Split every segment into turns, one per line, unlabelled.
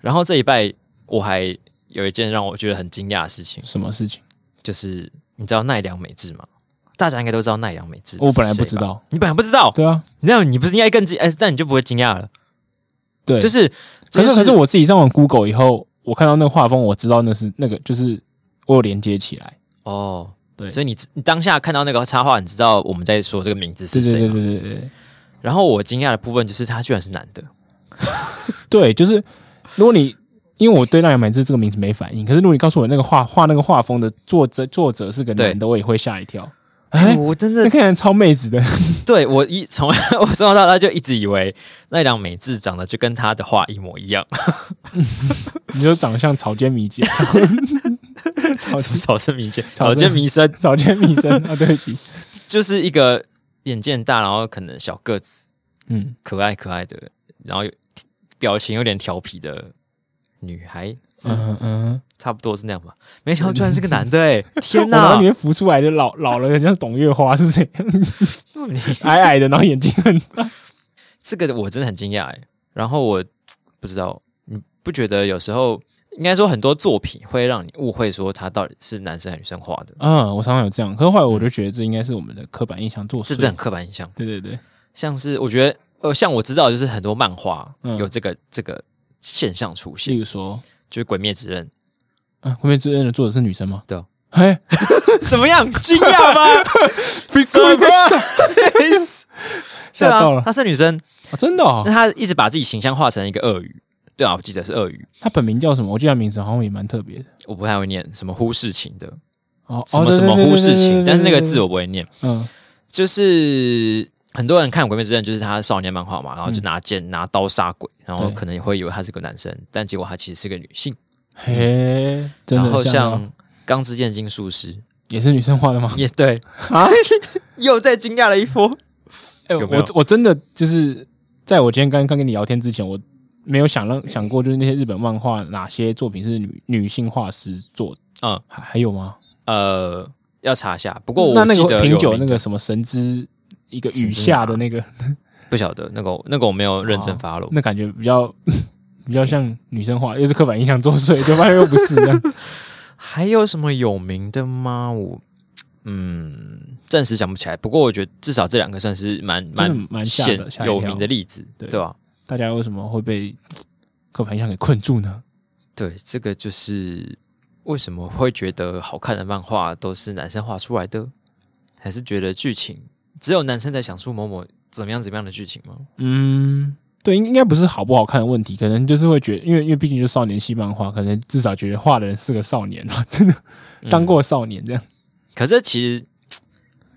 然后这一拜我还有一件让我觉得很惊讶的事情，
什么事情？
就是你知道奈良美智吗？大家应该都知道奈良美智，
我本来不知，道。
你本来不知道，
对啊，
你知道你不是应该更惊哎，但你就不会惊讶了，
对，
就。是这
可是
件
可是
事
我自己上网 Google 以后，我看到那个画风，我知道那是那个，就是我有连接起来。
哦，
对
所以你知你当下看到那个插画，你知道我们在说这个名字
对
是
对
谁
对
吗？
对对对
然后我惊讶的部分就是他居然是男的，
对，就是如果你因为我对“那良美智”这个名字没反应，可是如果你告诉我那个画画那个画风的作者作者是个男的，我也会吓一跳。
哎，
哎，
我真
那
的
看起来超妹子的，
对我一从 我从小到大就一直以为奈良美智长得就跟他的画一模一样，
你就长得像草间弥姐，草
是草
草
间弥生，
草
草间弥生
草间弥生啊，对不起，
就是一个眼睛很大，然后可能小个子，
嗯，
可爱可爱的，然后有表情有点调皮的女孩，
嗯嗯，
差不多是那样吧。没想到居然是个男的、 欸，天
我脑
哪
袋里！面浮出来的老老了，很像董月花是谁？
为什么你
矮矮的，然后眼睛很
这个我真的很惊讶哎。然后我不知道，你不觉得有时候应该说很多作品会让你误会说他到底是男生还是女生画的，
嗯，我常常有这样，可是后来我就觉得这应该是我们的刻板印象作祟。
这真的很刻板印象。
对对对，
像是我觉得，呃，像我知道的就是很多漫画
嗯
有这个、这个现象出现
例，如说，
就是《鬼灭之刃》
啊，《鬼灭之刃》的作者是女生吗？
对啊
嘿，
怎么样？惊讶吗？Surprise！
吓到了
对啊她是女生，
啊真的哦
那，她一直把自己形象画成一个鳄鱼。对啊，我记得是鳄鱼，
他本名叫什么？我记得他名字好像也蛮特别的。
我不太会念什么忽视情的，
哦，
什么什么忽视情，但是那个字
我，
我不会念。
嗯，
就是很多人看《鬼灭之刃》，就是他少年漫画嘛，然后就拿剑、拿刀杀鬼，然后
对
可能也会以为他是个男生，但结果他其实是个女性。
嘿，真
然后
的
像
像哦
《钢之炼金术师》
也是女生画的吗？
也对，
啊，
又再惊讶了一波。
哎，
有没有
我我真的就是在我今天刚刚跟你聊天之前，我没有想让想过，就是那些日本漫画哪些作品是女女性画师做的？
嗯
还还有吗？
呃，要查一下，不过我
那那
记
个
得
品酒
有
那
名
个什么神之一个
神
雨
之
下
马
的那个，
不晓得那个那个我没有认真
哦
发了。
那感觉比较 比较像女生画，又是刻板印象作祟，就发现又不是这样。
还有什么有名的吗？我嗯，暂时想不起来。不过我觉得至少这两个算是蛮蛮
真的蛮吓的
显
吓一跳
有名的例子，
对
对吧、
大家为什么会被刻板印象给困住呢？
对，啊这个就是为什么会觉得好看的漫画都是男生画出来的，还是觉得剧情只有男生在想出某某怎么样怎么样的剧情吗？
嗯，对，应应该不是好不好看的问题，可能就是会觉得，因为因为毕竟就是少年系漫画，可能至少觉得画的人是个少年嘛，真的
嗯
当，过少年这样。
可是其实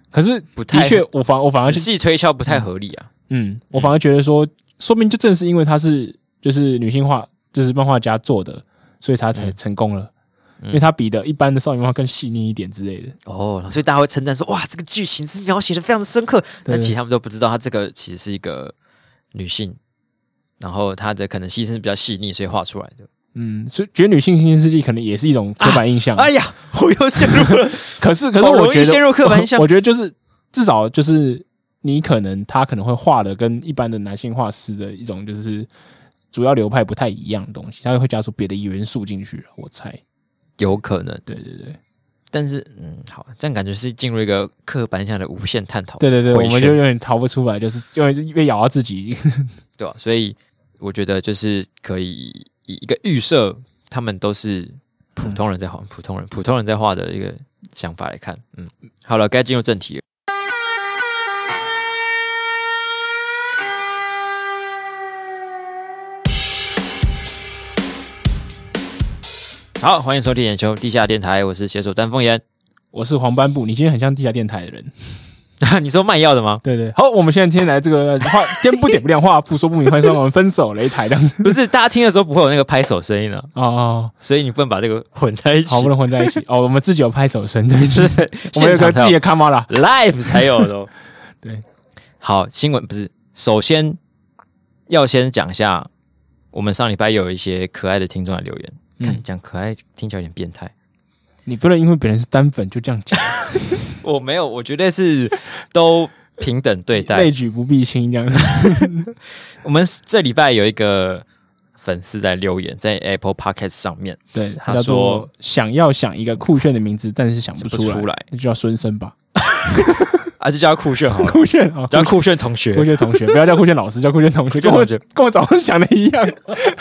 可是
不太
的确，我反我反而
仔
是
细推敲不太合理啊。
嗯，我反而觉得说，说明就正是因为她是就是女性画，就是漫画家做的，所以她
嗯
才成功了。因为她比的一般的少年漫画更细腻一点之类的，
哦，所以大家会称赞说哇，这个剧情是描写的非常的深刻，但
对
其实他们都不知道，她这个其实是一个女性，然后她的可能牺牲是比较细腻，所以画出来的。
嗯，所以觉得女性新势力可能也是一种刻板印象。
哎呀，我又陷入 了
可是可是
好容易
我觉得
陷入刻板印象
我，我觉得就是至少就是你可能他可能会画的跟一般的男性画师的一种就是主要流派不太一样的东西，他会加出别的元素进去了，啊我猜。
有可能，
对对对
但是嗯，好，这样感觉是进入一个刻板印象的无限探讨。
对对对，
回
我们就
旋
有点逃不出来，就是因为越咬到自己。
对吧、所以我觉得就是可以以一个预设，他们都是普通人在
嗯
画，普通人普通人在画的一个想法来看。嗯，好了，该进入正题了。好，欢迎收听《眼球地下电台》，我是携手丹凤眼。
我是黄斑布，你今天很像地下电台的人。
你说卖药的 吗？
对对，好，我们现在今天来这个话颠不点不亮，话不说不明，欢迎收看我们分手擂台这样子。
不是，大家听的时候不会有那个拍手声音的，
哦哦，
所以你不能把这个混在一起。
好不能混在一 起哦。我们自己有拍手声，对不起，我
现
们有
场
个
才
自己的卡玛啦。
live 才有的哦。
对，
好，新闻不是，首先要先讲一下，我们上礼拜有一些可爱的听众来留言，看
嗯，
讲可爱听起来有点变态，
你不能因为别人是单粉就这样讲，
我没有，我绝对是都平 等对
类
待。
举不避亲这样子。
我们这礼拜有一个粉丝在留言，在 Apple Podcast 上面，
对，
他
叫做
说
想要想一个酷炫的名字，但是想不
不
出来，
出来
那就叫孙生吧，
啊，就叫他酷炫好了，
酷炫啊，
叫他酷炫同学
酷。炫同学，不要叫酷炫老师，叫酷炫同学，跟我
酷炫同
跟我早上想的一样。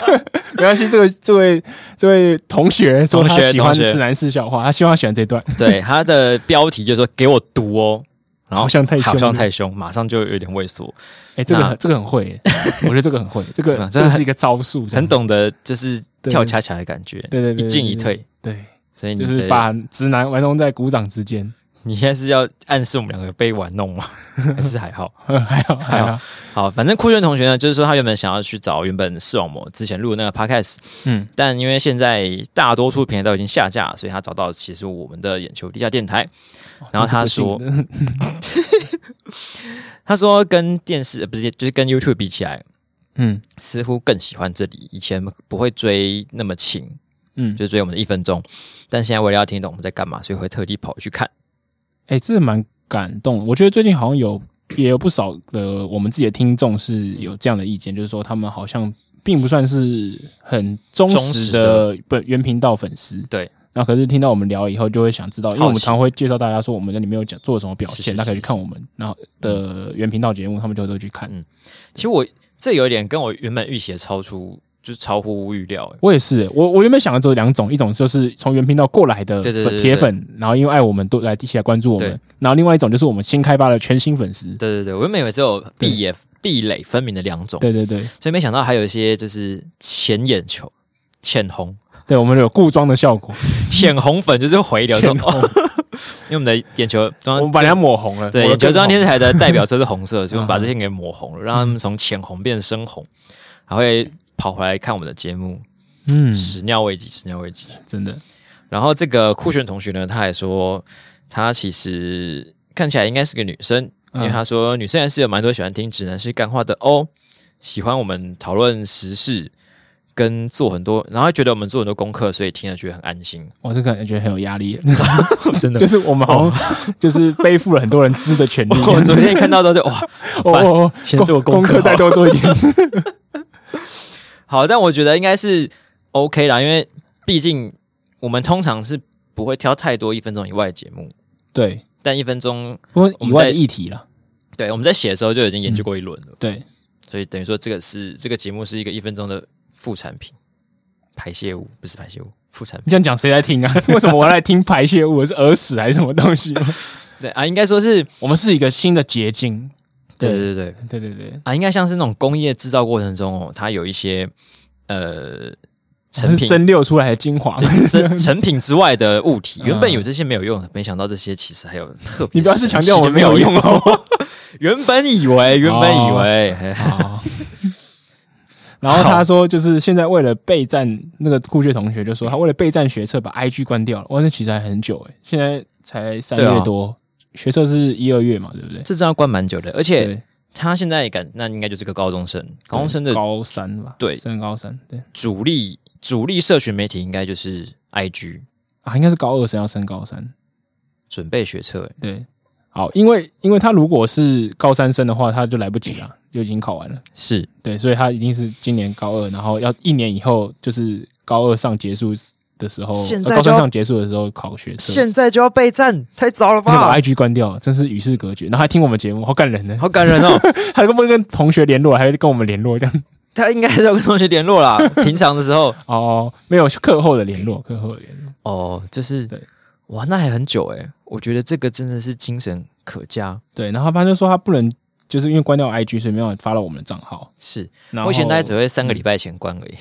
没关系，这位这位这位同学说他
同学
喜欢
同学
指南式笑话，他希望他喜欢这段。
对，他的标题就说“给我读哦”，然后
好像太凶
好像太凶，马上就有点畏缩，
哎，这个
那
很这个很会耶，我觉得这个很会，这
是
个
吧
这
这
个
很
是一个招数，这样
很。懂得就是
对
跳恰恰的感觉，
对对对，
一进一
对，
退，
对，
所以你
就是
的
把直男玩弄在鼓掌之间。
你现在是要暗示我们两个被玩弄吗？还是还好？
还好还好，
好，反正酷炫同学呢，就是说他原本想要去找原本视网膜之前录的那个 podcast，
嗯，
但因为现在大多数平台都已经下架，所以他找到其实我们的眼球地下电台。然后他说，
哦这是不幸的
他说跟电视呃不是就是跟 YouTube 比起来，
嗯
似乎更喜欢这里。以前不会追那么勤，
嗯，
就追我们的一分钟，但现在为了要听懂我们在干嘛，所以会特地跑去看。
哎，这蛮感动的。我觉得最近好像有也有不少的我们自己的听众是有这样的意见，就是说他们好像并不算是很忠
忠
实
实
的
的
本原频道粉丝。
对。
那可是听到我们聊以后，就会想知道，因为
好奇
我们常会介绍大家说我们在里面有讲做了什么表
是
现，
是
大家可以
是
去看我们然后的原频道节目，他们就都去看。
嗯其实我这有一点跟我原本预期的超出，就是超乎预料、欸
我也是欸，我我原本想的只有两种，一种就是从原频道过来的
对对对
粉
对
铁粉，然后因为爱我们都来一起来关注我们
对，
然后另外一种就是我们新开发的全新粉丝。
对对对，我原本以为只有壁也壁垒分明的两种，
对对对，
所以没想到还有一些就是浅眼球、浅红、
对我们有固装的效果，
浅红粉，就是回流说，
浅红
哦 因为我们的眼球中
我
央
们把人家抹红了。
啊对
抹得
眼球
更嗯
中央
红
电视台的代表色是红 色，所以我们把这些给抹红了，让他们从浅红变深红，还会跑回来看我们的节目，
嗯，
始料未及，始料未及。
真的，
然后这个酷炫同学呢，他还说，他其实看起来应该是个女生，因
嗯
为他说女生还是有蛮多喜欢听指南是干话的哦，喜欢我们讨论时事，跟做很多，然后他觉得我们做很多功课，所以听了觉得很安 心，
我这个感觉很有压力，
真哦
就。是我们好像 就是背负了很多人知的权利。
我昨天看到的时候就哇，
哦
办
哦，哦
先做
功
功课
再
好
多做一 点。
好，但我觉得应该是 OK 啦，因为毕竟我们通常是不会挑太多一分钟以外的节目，
对，
但一分钟，
不过
我
以
们
外
在
的议题了。
对，我们在写的时候就已经研究过一轮了。
对，
所以等于说这个是这个节目是一个一分钟的副产品，排泄物不是排泄物，副产品。
你 这样讲谁来听啊？为什么我来听排泄物？是耳屎还是什么 东西？
对啊，应该说是
我们是一个新的结晶。
对对对对
对对对，
啊，应该像是那种工业制造过程中哦，它有一些呃成
是
品
蒸馏出来的精华。
对成成品之外的物体，
嗯
原本以为这些没有用的，没想到这些其实还有特别。
你不要是强调我们没
没
有用
用，
哦。
原本以为原本以为，嘿
好然后他说，就是现在为了备战那个酷炫同学就说，他为了备战学测把 IG 关掉了。哇，那其实还很久诶，现在才三
对啊
月多，学测是一二月嘛，对不对？
这真要关蛮久的，而且
对，
他现在感那应该就是个高中生，高中生的
高三吧，
对
升高三，对
主力主力社群媒体应该就是 IG，
啊，应该是高二升要升高三，
准备学测，欸
对。好，因为因为他如果是高三生的话，他就来不及了，就已经考完了。
是
对，所以他一定是今年高二，然后要一年以后，就是高二上结束的时候，
现
呃
在
高
就
三
要
上结束的时候考学测，
在就要备战，太早了
他把 IG 关掉，真是与世隔绝。然后还听我们节目，好感人呢。
好感人哦！
他根本跟同学联络，还会跟我们联络这样。
他应该是要跟同学联络 啦。平常的时候，
哦，没有课后的联络，课后的联络。
哦，就是
对
哇，那还很久哎、我觉得这个真的是精神可嘉。
对，然后他就说他不能，就是因为关掉 IG，所以没有发到我们的账号。
是
然后
我以前大概只会三个礼拜前关而已，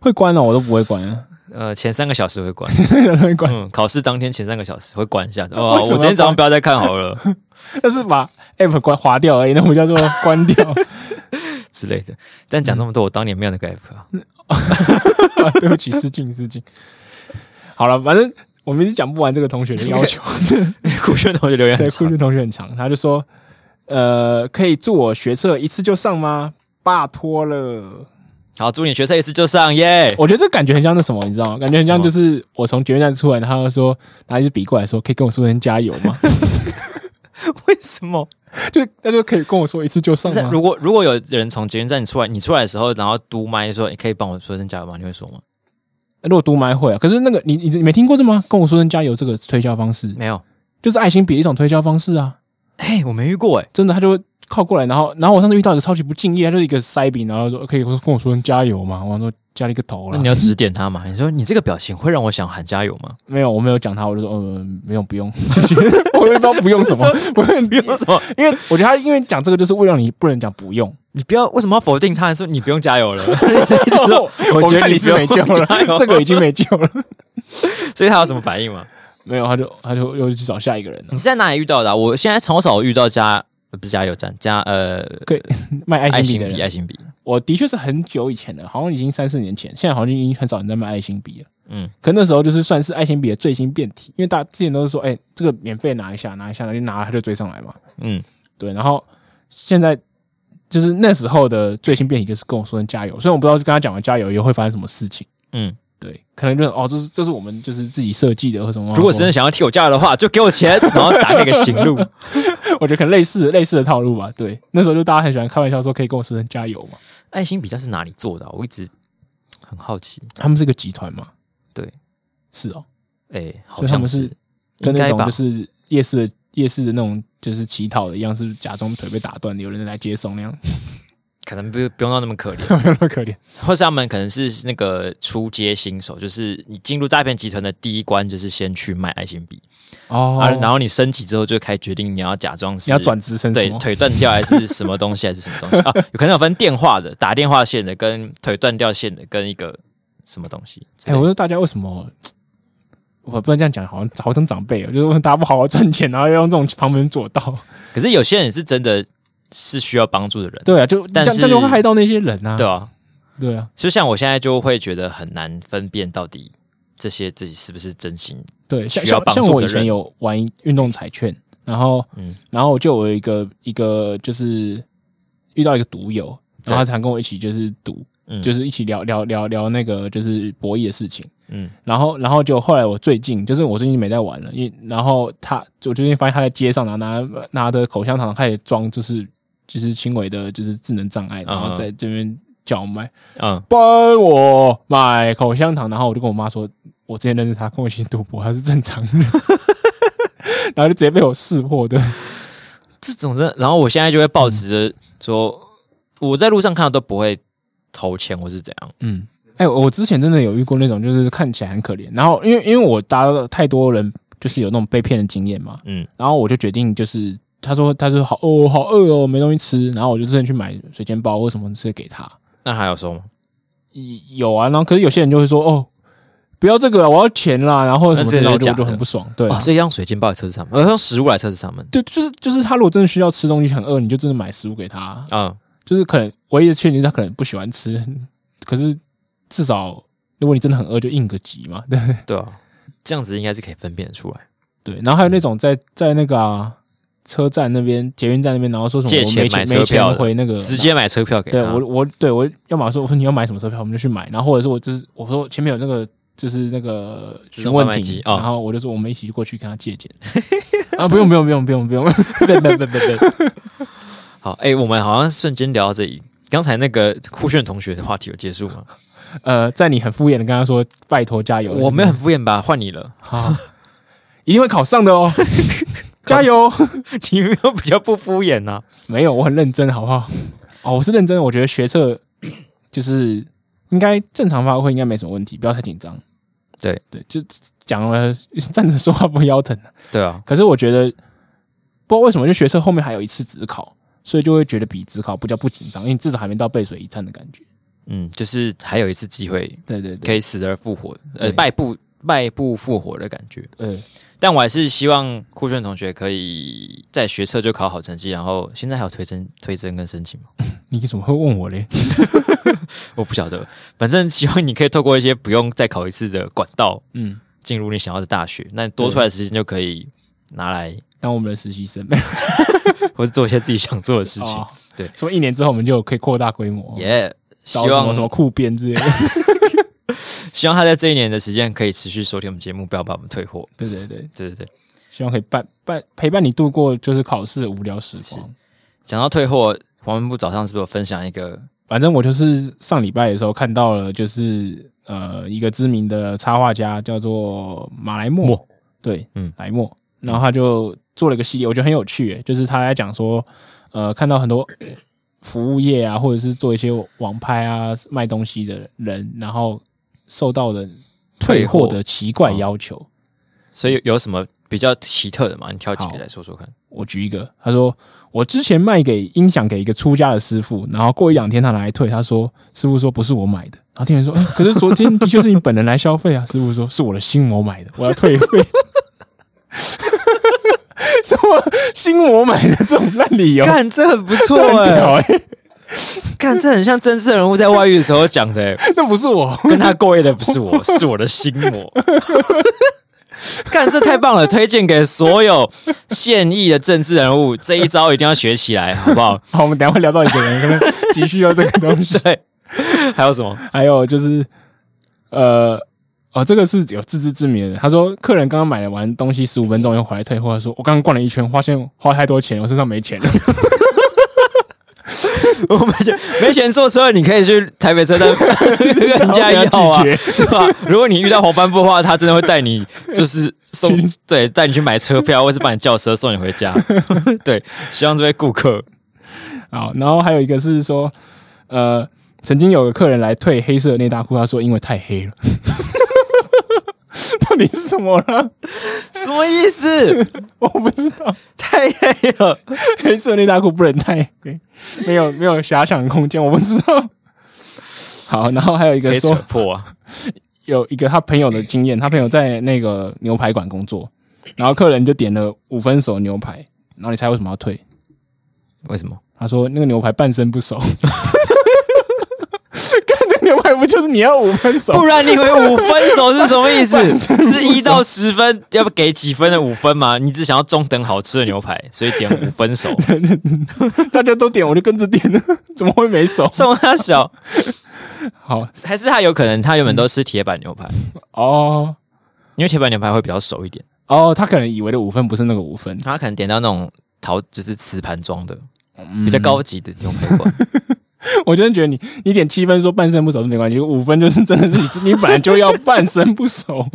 会关了、我都不会关啊，
呃，前三个小时会关，
都会关。
嗯，考试当天前三个小时会关一下。哦，
为
我
什么要
今天早上不要再看好了
但是把 app 关划掉而已，那我们叫做关掉。
之类的。但讲这么多，我当年没有那个 app
嗯
啊。
啊，对不起，失敬失敬。好了，反正我们一直讲不完这个同学的要求。
酷炫同学留言很
对，酷
长
炫同学很长，他就说，呃，可以祝我学测一次就上吗？拜托了。
好，祝你学测一次就上耶！
我觉得这感觉很像那什么，你知道吗？感觉很像 就是我从捷运站出来，然后他说拿一支笔过来说，可以跟我说声加油吗？
为什么？
就那就可以跟我说一次就上
不是
吗？
如果如果有人从捷运站出来，你出来的时候，然后嘟麦说：“你可以帮我说声加油吗？”你会说吗？
如果读麦会啊，可是那个你你你没听过这吗？跟我说声加油这个推销方式，
没有，
就是爱心笔的一种推销方式啊！
哎、我没遇过哎、
真的，他就会靠过来，然后然后我上次遇到一个超级不敬业，他就是一个塞饼，然后说可以跟我说声加油吗？我说加了一个头
那
了
你，要指点他嘛？你说你这个表情会让我想喊加油吗？
没有，我没有讲他，我就说呃没有不用， 谢谢，我也不知道不用什么， 不用
不用什么，
因为我觉得他因为讲这个就是为了你不能讲不用，
你不要为什么要否定他？说你不用加油了，你说
我
觉得
看你
你
是没救了
加，油
这个已经没救了。
所以他有什么反 应吗？
没有，他就他就又去找下一个人了
你，是在哪里遇到的啊、我现在从少遇到加呃不是加油站加呃
卖爱
爱
心
心
笔的
笔
人。
爱心笔，
我的确是很久以前了，好像已经三四年前，现在好像已经很少人在卖爱心笔了。
嗯，
可那时候就是算是爱心笔的最新变体，因为大家之前都是说，哎、这个免费拿一下，拿一下，然后就拿了他就追上来嘛。
嗯，
对，然后现在就是那时候的最新变体就是跟我说声加油，虽然我不知道跟他讲完加油以后会发生什么事情。
嗯，
对，可能就是哦，这是这是我们就是自己设计的或什么。
如果真的想要替我加油的话，就给我钱，然后打开个行 路。
我觉得可能类似类似的套路吧。对，那时候就大家很喜欢开玩笑说可以跟我说声加油嘛。
爱心笔它是哪里做的啊、我一直很好奇。
他们是个集团嘛？
对，
是哦，
哎、
所
好
以他
像
们
是
是跟
应
那
该
种
吧
就是夜市的夜市的那种就是乞讨的一样，是假装腿被打断，有人来接送那样，
可能不不用到那么可怜，
没有那么可怜。
或是他们可能是那个初阶新手，就是你进入诈骗集团的第一关，就是先去卖爱心笔，
哦
啊，然后你升级之后就开始决定你要假装是
你要转职升什
对
么？
腿断掉还是什么东西还是什么 东西啊？有可能有分电话的，打电话线的，跟腿断掉线的，跟一个什么东西之类
哎、
的。
我说大家为什么？我不能这样讲，好像好像长辈哦，就是为什么大家不好好赚钱，然后要用这种旁门左道。
可是有些人是真的是需要帮助的人，
对啊，就这
但
样
是
这样就会害到那些人啊。
对啊，
对啊，
就像我现在就会觉得很难分辨到底这些自己是不是真心。
对，像
需要
像
帮
像
助
我
的
以前
人
有玩运动彩券，然后
嗯
然后我就有一个一个就是遇到一个赌友，然后他常跟我一起就是赌，
嗯
就是一起聊聊聊聊那个就是博弈的事情。
嗯
然后，然后就后来我最近就是我最近没在玩了，因为然后他我最近发现他在街上拿拿拿的口香糖开始装，就是就是轻微的就是智能障碍，然后
嗯
在这边叫卖，
嗯，
帮我买口香糖，然后我就跟我妈说，我之前认识他，跟我一起赌博，他是正常 人，然后就直接被我识破的。
这种真的，然后我现在就会抱持着说，我在路上看到都不会投钱或是怎样。
嗯，哎、我我之前真的有遇过那种，就是看起来很可怜，然后因为因为我搭了太多人，就是有那种被骗的经验嘛，
嗯，
然后我就决定就是。他说：“他说好哦，好饿哦，没东西吃。”然后我就真的去买水煎包或什么吃给他。
那还有说吗？
有啊，然后可是有些人就会说：“哦，不要这个了，啊我要钱啦。”然后什么之类的，
那
我
这个就
就我就
假
很
的
不爽。对啊、
哦，所以用水煎包来测试他们，呃，用食物来测试他们。
对，就是就是他如果真的需要吃东西，很饿，你就真的买食物给他。
嗯，
就是可能唯一的缺点是他可能不喜欢吃，可是至少如果你真的很饿，就应个急嘛。 对
对啊，这样子应该是可以分辨得出来。
对，然后还有那种在在那个、啊、车站那边、捷运站那边，然后说什么
借
我
钱买
没钱
车
没
票
钱
的
回那个，
直接买车票给
啊对
他
我。我对我要么说我说你要买什么车票，我们就去买，然后或者是我就是我说前面有那个。就是那个
自
询
动
问
贩卖
题
机，哦
然后我就说我们一起过去跟他借钱 啊，不用不用不用不用不用， 不用不用不用不用
好，哎、我们好像瞬间聊到这里。刚才那个酷炫同学的话题有结束吗？
呃，在你很敷衍的跟他说拜托加油，
我没有很敷衍吧？换你了，
好，一定会考上 的哦，加油！
你没有比较不敷衍啊呐、
没有，我很认真，好不好？哦，我是认真的，我觉得学测就是应该正常发挥，应该没什么问题，不要太紧张。
对
对，就讲了 站着说话不腰疼。
对啊，
可是我觉得不知道为什么，就学测后面还有一次职考，所以就会觉得比职考不叫不紧张，因为至少还没到背水一战的感觉。
嗯，就是还有一次机会
对对对，
可以死而复活，呃，
对
败部败部复活的感觉。
呃，
但我还是希望酷炫同学可以在学测就考好成绩，然后现在还有推甄、推甄跟申请吗？
你怎么会问我嘞？
我不晓得，反正希望你可以透过一些不用再考一次的管道
嗯，
进入你想要的大学，那多出来的时间就可以拿来，
当我们的实习生
或是做一些自己想做的事情
哦。
对
说一年之后我们就可以扩大规模。
也、希
找什么什么
望
酷编之类 的。
希望他在这一年的时间可以持续收听我们节目，不要把我们退货。
对对对，
对对对，
希望可以伴伴陪伴你度过就是考试的无聊时
是
光。
讲到退货，黄文部早上是不是有分享一个
反正我就是上礼拜的时候看到了，就是呃一个知名的插画家叫做马来莫，
莫
对，
嗯
嗯，来莫，然后他就做了一个系列，我觉得很有趣、欸，就是他在讲说，呃，看到很多 服务业啊，或者是做一些网拍啊卖东西的人，然后受到的退货嗯的奇怪要求，
所以有有什么比较奇特的吗？你挑几个
好
来说说看。
我举一个，他说我之前卖给音响给一个出家的师傅，然后过一两天他拿来退，他说师傅说不是我买的，然后店员说、哎，可是昨天的确是你本人来消费啊，师傅说是我的心魔买的，我要退费。 什么心魔买的这种烂理由，
干，这很不错
这很屌
哎！
哎、
干，这很像真实人物在外遇的时候讲的欸，
那不是我，
跟他过夜的不是我，是我的心魔。干，这太棒了！推荐给所有现役的政治人物，这一招一定要学起来，好不好？
好，我们等一下会聊到一个人，可能急需要这个东西。
对， 还有什么？
还有就是，呃，哦，这个是有自知之明的人。他说，客人刚刚买完东西十五分钟又回来退货，他说我刚刚逛了一圈，发现花太多钱，我身上没钱 了。
我没钱，没钱坐车，你可以去台北车 站跟人家要啊，
拒
对吧？如果你遇到黄斑部的话，他真的会带你，就是送
去
对，带你去买车票，或是帮你叫车送你回 家。对，希望这位顾客
好，然后还有一个是说，呃，曾经有个客人来退黑色的内搭裤，他说因为太黑了。 到底是什么啦？
什么意思？
我不知道，
太黑了，
黑色内搭裤不能太黑，没有没有遐想的空间，我不知道。好，然后还有一
可
个
以扯
说，
破啊！
有一个他朋友的经验，他朋友在那个牛排馆工作，然后客人就点了五分熟牛排，然后你猜为什么要退？
为什么？
他说那个牛排半生不熟。 看这个牛排不就是你要五分熟？
不然你以为五分熟是什么意
半
思？
身
是一到十分，要不给几分的五分吗？你只想要中等好吃的牛排，所以点五分 熟，
大家都点，我就跟着点了，怎么会没熟？
送他小，
好
还是他有可能他原本都吃铁板牛排，
哦
因为铁板牛排会比较熟一点。
哦，他可能以为的五分不是那个五分，
他可能点到那种陶，就是瓷盘装的，
嗯
比较。高级的牛排馆。
我真的觉得你你点七分说半生不熟都没关系，五分就是真的是你自你本来就要半生不熟。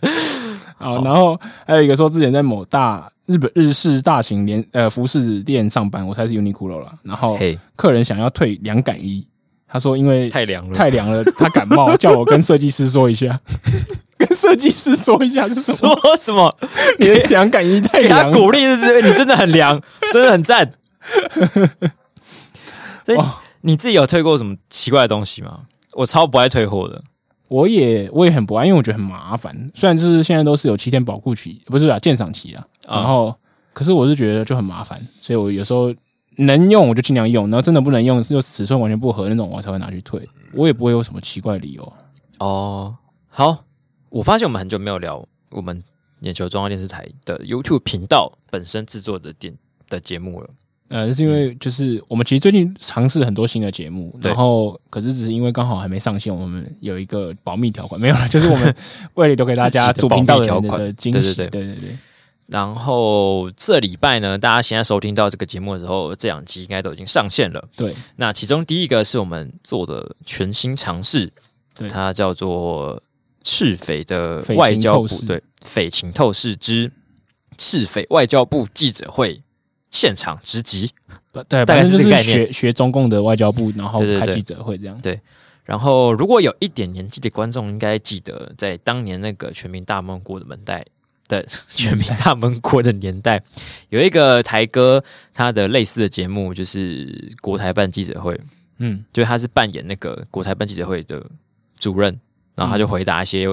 好，然后还有一个说之前在某大日本日式大型连呃服饰店上班，我猜是 Uniqlo 了。然后
嘿，
客人想要退两感一，他说因为
太凉了，
太凉了，他感冒，叫我跟设计师说一下， 跟设计师说一下是什么？
说什么？
你的两感一太
给
凉
他
了，
鼓励，是不是？你真的很凉，真的很赞。所以
哇
你自己有退过什么奇怪的东西吗？我超不爱退货的。
我也我也很不安，因为我觉得很麻烦。虽然就是现在都是有七天保护期，不是啊，鉴赏期啊，
啊
然后、可是我是觉得就很麻烦，所以我有时候能用我就尽量用，然后真的不能用，就尺寸完全不合那种，我才会拿去退。我也不会有什么奇怪的理由。
哦，好，我发现我们很久没有聊我们眼球中央电视台的 YouTube 频道本身制作的电的节目了。
呃，是因为就是我们其实最近尝试很多新的节目，
嗯对
然后可是只是因为刚好还没上线，我们有一个保密条款，没有了，就是我 们为了留给大家
自己的
主
保密
频道的
条
人
款
的惊喜，
对
对对对，
然后这礼拜呢，大家现在收听到这个节目的时候，这两集应该都已经上线了。
对
那其中第一个是我们做的全新尝试，
对
它叫做赤匪的
匪情
外交部
透视
对匪情透视之赤匪外交部记者会现场直击。
不对，
大概
反正
是
就
这个
是
概念
学学中共的外交部，然后
对对对
开记者会这样。
然后，如果有一点年纪的观众应该记得，在当年那个全民大闷锅的年代的 全民大闷锅的年代， 有一个台哥他的类似的节目就是国台办记者会，
嗯，
就是他是扮演那个国台办记者会的主任，然后他就回答一些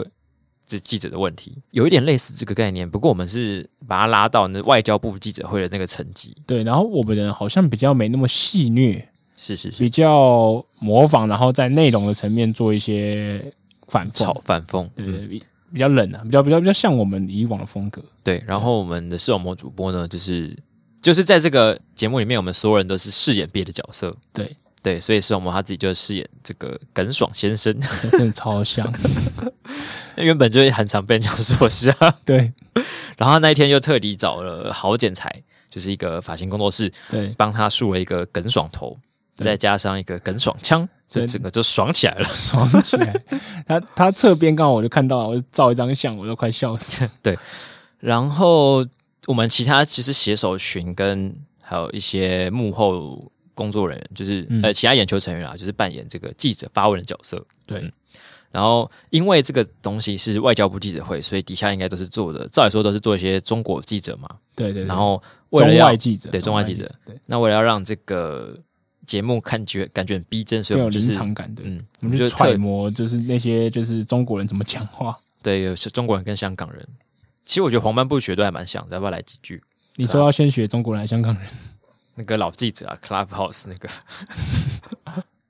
这记者的问题，有一点类似这个概念。不过我们是把它拉到那外交部记者会的那个层级，
对。然后我们人好像比较没那么戏谑，
是是是，
比较模仿，然后在内容的层面做一些反
炒
讽，
反讽，
对
嗯
对，比比较冷啊，比较比较比较像我们以往的风格。
对，然后我们的视网膜主播呢，就是就是在这个节目里面，我们所有人都是饰演别的角色。
对
对，所以视网膜他自己就饰演这个耿爽先生，
真的超像，
那原本就很常被人家说是啊。
对，
然后他那一天又特地找了好剪裁，就是一个发型工作室，
对，
帮他梳了一个耿爽头，
对
再加上一个耿爽枪，这
对
整个就爽起来了。
爽起来。 他他侧边刚好我就看到了，我就照一张相，我都快 笑死。
然后我们其他其实写手群跟还有一些幕后工作人员，就是、
嗯
呃其他眼球成员啊，就是扮演这个记者发问的角色。
对
嗯然后因为这个东西是外交部记者会，所以底下应该都是做的，照理说都是做一些中国记者嘛。
对对对，
然后为了
中
要
外记者，
对中外记者，
对，
那为了要让这个节目看觉感觉很逼真，所以
更
我
有
们就
临
是
场感，对。
嗯，
我
我
们
们就
就
特
揣摩，就是那些就是中国人怎么讲话。
对有些中国人跟香港人。其实我觉得黄斑部学都还蛮像的，要不要来几句？
你说要先学中国人、香港人，
那个老记者啊，Clubhouse 那个，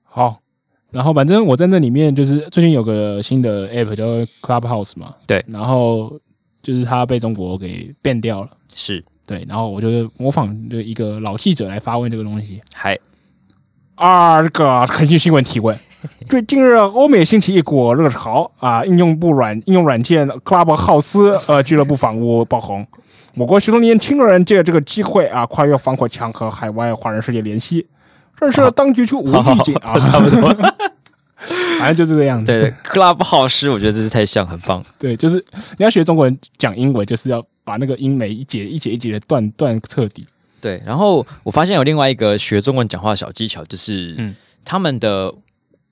好。然后反正我在那里面，就是最近有个新的 app 叫 Clubhouse 嘛，
对
然后就是它被中国给变掉了，
是
对。然后我就是模仿就一个老记者来发问这个东西，
还
啊，这个腾讯新闻提 问：最近日，欧美兴起一股热潮啊，应用部软应用软件 Clubhouse 呃俱乐部房屋爆红。我国许多年轻人借这个机会啊，跨越防火墙和海外华人世界联系。认识了当局却无预警啊，差不多， 反正就是这个样子。
对对 Clubhouse，我觉得这是太像，很棒。
对，就是你要学中国人讲英文，就是要把那个英美一节一节一节的断断彻底。
对，然后我发现有另外一个学中文讲话的小技巧，就是、
嗯
他们的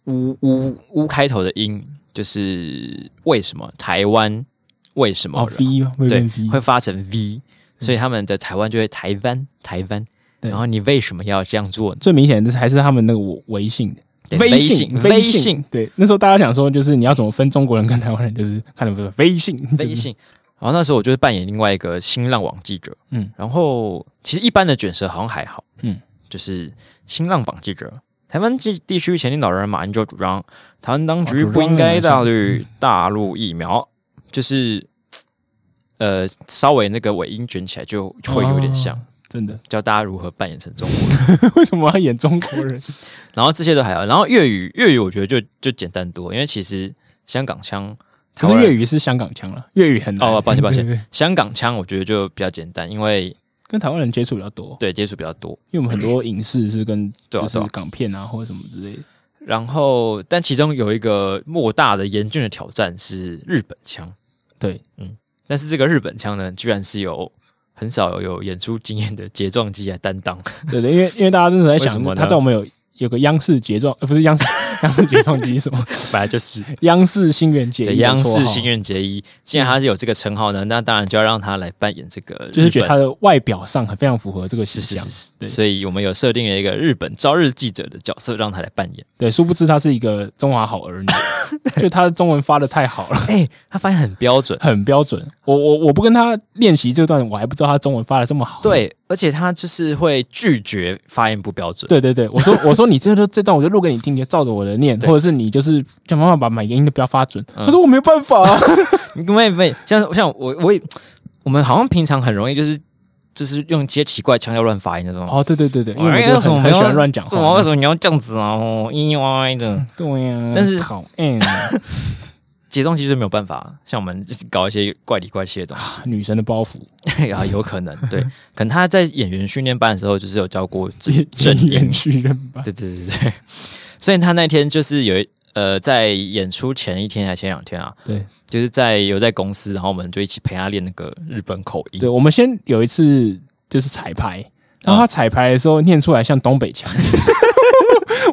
呜呜呜开头的音，就是为什么台湾为什么、
哦，V 会
对
变 V，
会发成 V，所嗯以他们的台湾就会台湾台湾。
对
然后你为什么要这样做呢？
最明显的是还是他们那个微微信的。
对
微
微
信，
微
信
信，
对，那时候大家想说，就是你要怎么分中国人跟台湾人，就是看能不能微 信，就是
微，信。然后那时候我就是扮演另外一个新浪网记者，
嗯
嗯，然后其实一般的卷舌好像还好，
嗯
嗯，就是新浪网记者，台湾地地区前领导人马英九主张，台湾当
哦
局
主张
不应该大
了嗯
陆大陆疫苗，就是呃稍微那个尾音卷起来就会有点像，
哦真的。
教大家如何扮演成中国人。
为什么要演中 国人？
然后这些都还好，然后粤语粤语我觉得就就简单多，因为其实香港腔，
可
台
是
湾人
粤语是香港腔了，粤语很难
啊哦抱歉抱歉
对对对
香港腔我觉得就比较简单，因为
跟台湾人接触比较多，
对接触比较多。
因为我们很多影视是跟
对啊
就是
对啊
港片啊或者什么之类的。
然后，但其中有一个莫大的严峻的挑战是日本腔，
对，
但是这个日本腔呢，居然是有很少有有演出经验的睫状肌来担啊当。
对对，因为因为大家真的在
为什
想
么，呢
他在我们有有个央视睫状，呃不是央视 央视睫状机什 么，
本来就是
央视新垣结
对
衣的
央
绰
视
号
新垣结衣，既然他是有这个称号呢，那当然就要让他来扮演这个日本，
就是觉得他的外表上很非常符合这个形
是是
象
是。是
对
所以我们有设定了一个日本朝日记者的角色，让他来扮演。
对，殊不知他是一个中华 好儿女，就他的中文发的太好了，
哎、他发现很标准，
很标准。我我我不跟他练习这段，我还不知道他中文发的这么好。
对，而且他就是会拒绝发音不标准。
对对对，我说我说你这段这段我就录给你听，你就照着我的念，
对
或者是你就是想办法把每个音都不要发准。
嗯
他说我没有办法、啊，
因为没像像我我也我们好像平常很容易就是就是用一些奇怪腔调乱发音那种。
哦，对对对对，因
哎
为
为
我
什
就
么
很
没
很
有
喜欢乱讲
对啊为
话嗯
什。么你要这样子啊？哦，嘤嘤歪歪的，
对呀、
但是
讨厌啊
节奏其实没有办法，像我们就是搞一些怪里怪气的东
女神的 包袱，
西啊，有可能 对，可能他在演员训练班的时候就是有教过正正
演
音
员，去认吧。
对对对 对，所以他那天就是有一呃在演出前一天还前两天啊，
对
就是在有在公司，然后我们就一起陪他练那个日本口音，
对，我们先有一次就是彩排，
啊
然后他彩排的时候念出来像东北腔。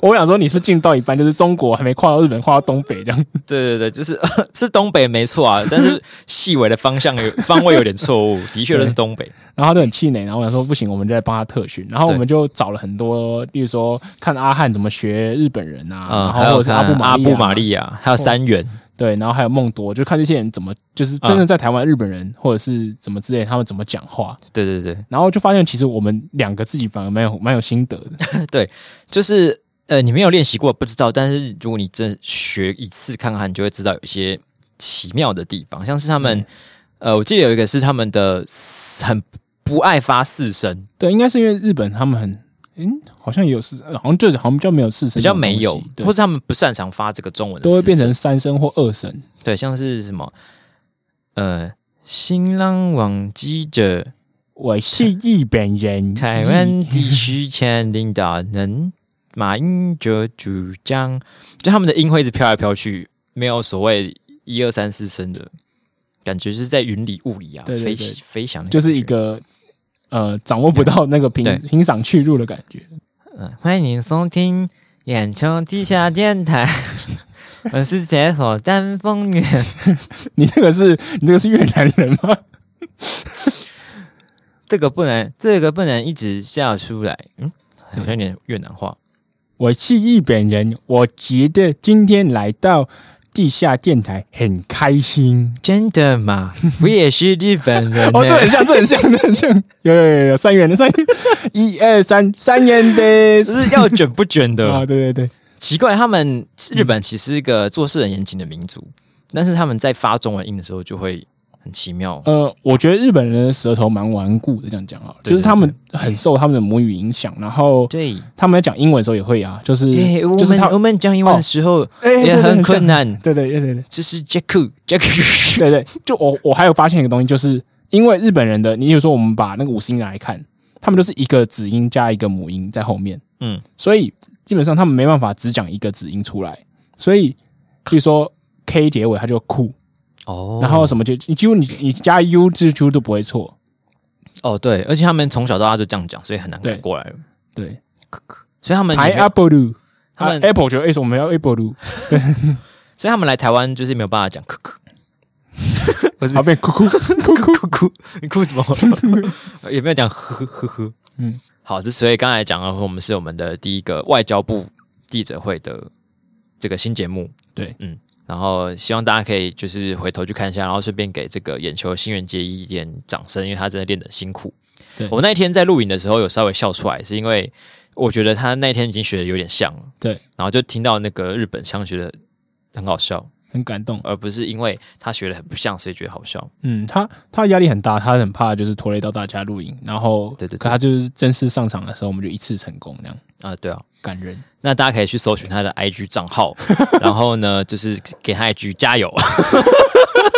我想说，你是不是进到一半，就是中国还没跨到日本，跨到东北这样？
对对对，就是 是东北没错啊，但是细微的方向有方位有点错误，的确都是东北。
然后他就很气馁，然后我想说不行，我们就来帮他特训。然后我们就找了很多，例如说看阿汉怎么学日本人啊，
嗯，还
然后
有
或者是
看
布玛
阿
利亚哦
布玛利亚，还有三元，
对，然后还有梦多，就看这些人怎么，就是真的在台湾日本人、或者是怎么之类，他们怎么讲话。
对对对，
然后就发现其实我们两个自己反而蛮有蛮有心得的，
就是呃，你没有练习过不知道，但是如果你真学一次看看，你就会知道有一些奇妙的地方，像是他们
对
呃，我记得有一个是他们的嘶很不爱发四声，
对，应该是因为日本他们很，嗯，好像也有四，好像就好像比较没有四声
比
这
较
种东
没
西，
有，
对
或是他们不擅长发这个中文的
都会
四声，
变成三声或二声。
对，像是什么呃新浪网记者
我是日本人，
台湾地区前领导人马英九主张，就他们的音会一直飘来飘去，没有所谓一二三四声的感觉，就是在云里雾里啊，
对对
飞
对
起飞翔的感觉，
就是一个呃掌握不到那个平
对
平赏去路的感觉。
嗯，欢迎收听眼球地下电 台，我是解锁丹凤眼，
你这个是你这个是越南人吗？
这个不能，这个不能一直笑出来，嗯，好像有点越南话，
我是日本人，我觉得今天来到地下电台很开心。
真的 吗？我也是日本人
哦，这
呢
很像，这很像，这很像。有有有有，三元的三元，一二三，三元的。
是要卷不卷 的？
啊，对对对，
奇怪，他们日本其实是一个做事很严谨的民族，但是他们在发中文音的时候就会很奇妙。
呃，我觉得日本人的舌头蛮顽固的，这样讲啊，
对
就是他
对
们很受他们的母语影响，然后
对，
他们在讲英文的时候也会啊，就是
诶我
就是
们
他
我们讲英文的时候
哎对
也
对
很
很
困
像
难，
对对对对对
这是 Jack Jack，
对对，就我我还有发现一个东西，就是因为日本人的，你比如说我们把那个五十音来看，他们就是一个子音加一个母音在后面，
嗯，
所以基本上他们没办法只讲一个子音出来，所以比如说 K 结尾他就酷，
哦
然后什么就你几乎你你加 U 字几乎都不会错，
哦对，而且他们从小到大就这样讲，所以很难改
对
过来了。
对
所以他们也没有
，Pineapple，
他们
Apple 觉得哎、诶我们要 Apple 路，
所以他们来台湾就是没有办法讲哭哭
不是，变 酷酷酷酷，
哭哭，你哭什么？也没有讲呵呵呵。嗯
嗯，
好，这所以刚才讲了，我们是我们的第一个外交部记者会的这个新节目。
对，
嗯，然后希望大家可以就是回头去看一下，然后顺便给这个眼球新垣结衣一点掌声，因为他真的练得很辛苦。
对
我那一天在录影的时候有稍微笑出来，是因为我觉得他那一天已经学的有点像了，
对，
然后就听到那个日本腔学的很好笑，
很感动。
而不是因为他学的很不像，所以觉得好笑。
嗯，他他压力很大，他很怕就是拖累到大家录影，然后
对对对
可他就是正式上场的时候，我们就一次成功，这样
啊、对啊，
感人。
那大家可以去搜寻他的 IG 账 号，然后呢，就是给他一句加油，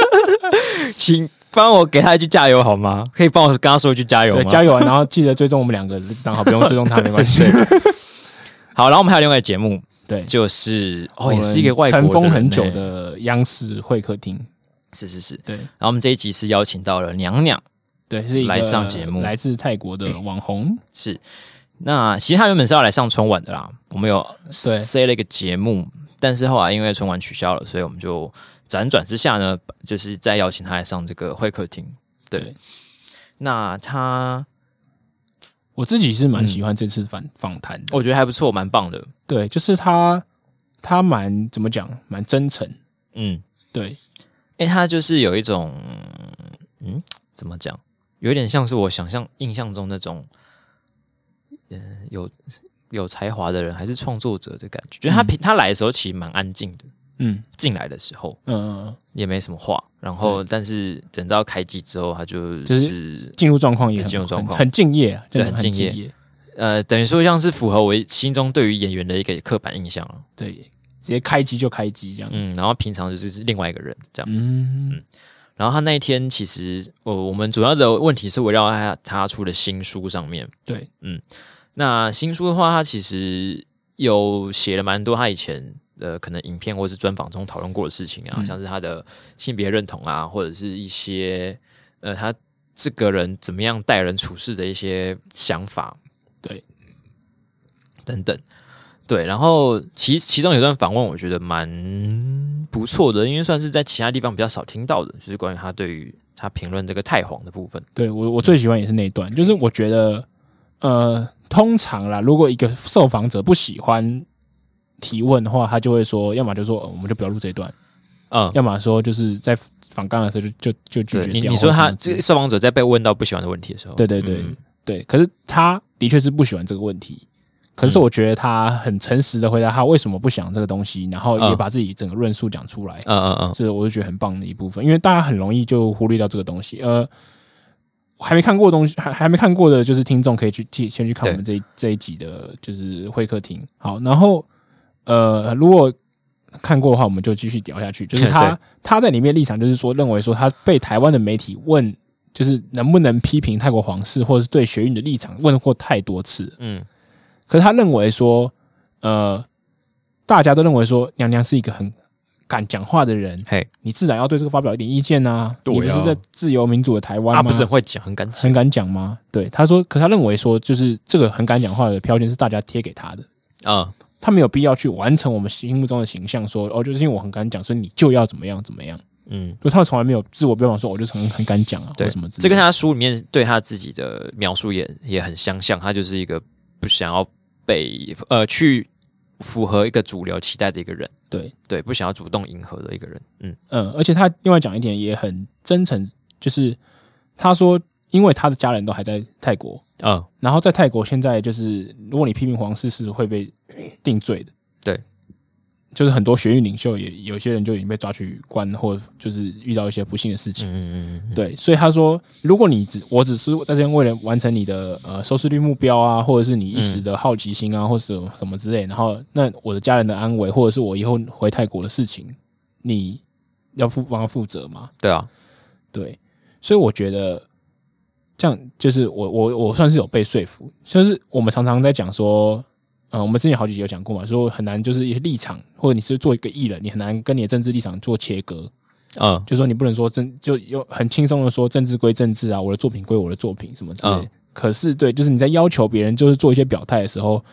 请帮我给他一句加油好吗？可以帮我跟他说一句加油
对，
吗？
加油啊！然后记得追踪我们两个账号，不用追踪他没关系。
好，然后我们还有另外一个节目，
对，
就是哦，
我们
也是一个外国
尘封很
的
久
人呢，欸
的央视会客厅。
是是是。
对
然后我们这一集是邀请到了娘娘，
对，是一个
来上节目
来自泰国的网红。
是那其实他原本是要来上春晚的啦，我们有
对
塞了一个节目，但是后来因为春晚取消了，所以我们就辗转之下呢，就是再邀请他来上这个会客厅。对，
对
那他
我自己是
嗯
蛮喜欢这次访访谈的。
我觉得还不错，蛮棒的。
对，就是他，他蛮怎么讲，蛮真诚。
嗯，
对，
因为他就是有一种，嗯，怎么讲，有点像是我想象印象中那种，嗯、有有才华的人还是创作者的感觉。觉得他平、他来的时候其实蛮安静的，
嗯
进来的时候
嗯，呃
也没什么话，然后但是等到开机之后，他就、
嗯就是进入状况也很
进入状况
很很敬业啊，
对
真的
很
很
敬业
业。
呃，等于说像是符合我心中对于演员的一个刻板印象了。
对，直接开机就开机这样。
嗯，然后平常就是另外一个人这样。
嗯，
然后他那一天其实，我、我们主要的问题是围绕他他出的新书上面。
对，
那新书的话，他其实有写了蛮多他以前呃可能影片或是专访中讨论过的事情啊，
嗯
像是他的性别认同啊，或者是一些呃他这个人怎么样待人处事的一些想法，
对，
等等。对，然后其其中有一段访问，我觉得蛮不错的，因为算是在其他地方比较少听到的，就是关于他对于他评论这个太皇的部分。
对我我最喜欢也是那一段，
嗯
就是我觉得，呃，通常啦，如果一个受访者不喜欢提问的话，他就会说，要么就说、呃我们就不要录这一段，
嗯，
要么说就是在访纲的时候就就就拒
对
绝
你
掉
你说
或
他
什么之
这
类
个受访者在被问到不喜欢的问题的时候，
对对对、
嗯
对，可是他的确是不喜欢这个问题。可
嗯
是我觉得他很诚实的回答他为什么不想这个东西，然后也
嗯
把自己整个论述讲出来。
嗯嗯嗯，
这我就觉得很棒的一部分，因为大家很容易就忽略掉这个东西。呃，还没看过的东西，还还没看过的，就是听众可以去去先去看
对
我们这一这一集的，就是会客厅。好，然后呃，如果看过的话，我们就继续聊下 去。就是
对
他他在里面立场就是说，认为说他被台湾的媒体问，就是能不能批评泰国皇室，或者是对学运的立场问过太多次了。
嗯
可是他认为说，呃，大家都认为说娘娘是一个很敢讲话的人，
嘿，
你自然要对这个发表一点意见啊。
对啊
你不是在自由民主的台湾
他
吗？
不是很会讲，很敢讲
很敢讲吗？对，他说，可他认为说，就是这个很敢讲话的标签是大家贴给他的，
啊，
他没有必要去完成我们心目中的形象说哦，就是因为我很敢讲，所以你就要怎么样怎么样。
嗯，
就他们从来没有自我标榜说我就是很很敢讲啊，
对
或什么之类的
这跟他书里面对他自己的描述也也很相像，他就是一个不想要被呃去符合一个主流期待的一个人，
对，
对，不想要主动迎合的一个人，嗯
嗯，而且他另外讲一点也很真诚，就是他说，因为他的家人都还在泰国，
啊，
然后在泰国现在就是，如果你批评皇室是会被定罪的。
对，
就是很多学运领袖也有些人就已经被抓去关，或就是遇到一些不幸的事情。
嗯嗯嗯，
对，所以他说，如果你只我只是在这边为了完成你的呃收视率目标啊，或者是你一时
嗯
的好奇心啊，或是什么之类，然后那我的家人的安危，或者是我以后回泰国的事情，你要负帮他负责吗？
对啊，
对，所以我觉得这样就是我我我算是有被说服，就是我们常常在讲说，呃，我们之前好几集有讲过嘛，说很难就是一些立场，或者你是做一个艺人，你很难跟你的政治立场做切割，
嗯
就说你不能说政就有很轻松的说政治归政治啊，我的作品归我的作品什么之类的。
嗯
可是对，就是你在要求别人就是做一些表态的时候，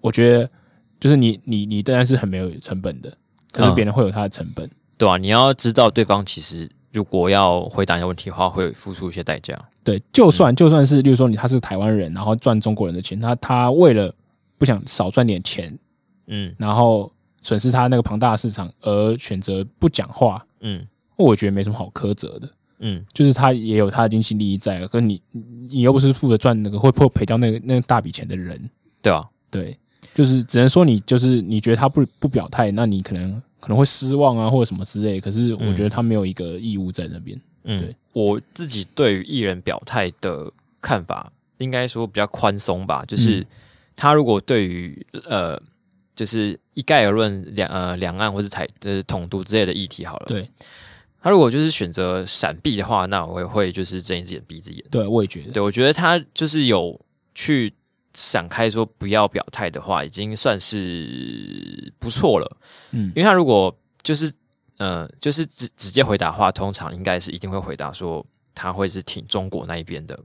我觉得就是你你你当然是很没有成本的，可是
嗯
别人会有他的成本。
对啊，你要知道对方其实如果要回答你的问题的话，会付出一些代价，
对，就
嗯
算就算是，例如说你他是台湾人，然后赚中国人的钱，那他为了不想少赚点钱，
嗯
然后损失他那个庞大的市场而选择不讲话，
嗯
我觉得没什么好苛责的。
嗯，
就是他也有他的经济利益在，跟你你你又不是负责赚那个会破赔掉那个那大笔钱的人，
对啊，
对，就是只能说你就是你觉得他不不表态，那你可能可能会失望啊或者什么之类。可是我觉得他没有一个义务在那边，
嗯
对，
我自己对于艺人表态的看法，应该说比较宽松吧。就是他如果对于呃，就是一概而论两呃两岸或是台就是统独之类的议题好了，
对
他如果就是选择闪避的话，那我也会就是睁一只眼闭一只眼。
对，我也觉得，
对我觉得他就是有去闪开说不要表态的话，已经算是不错了。
嗯
因为他如果就是呃，就是直直接回答的话，通常应该是一定会回答说他会是挺中国那一边的。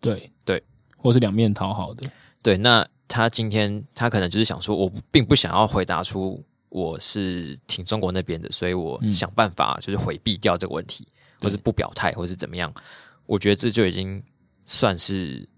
对
对，
或是两面讨好的，
对，那他今天他可能就是想说，我并不想要回答出我是挺中国那边的，所以我
嗯
想办法就是回避掉这个问题，或是
对
不表态，或是怎么样。我觉得这就已经算是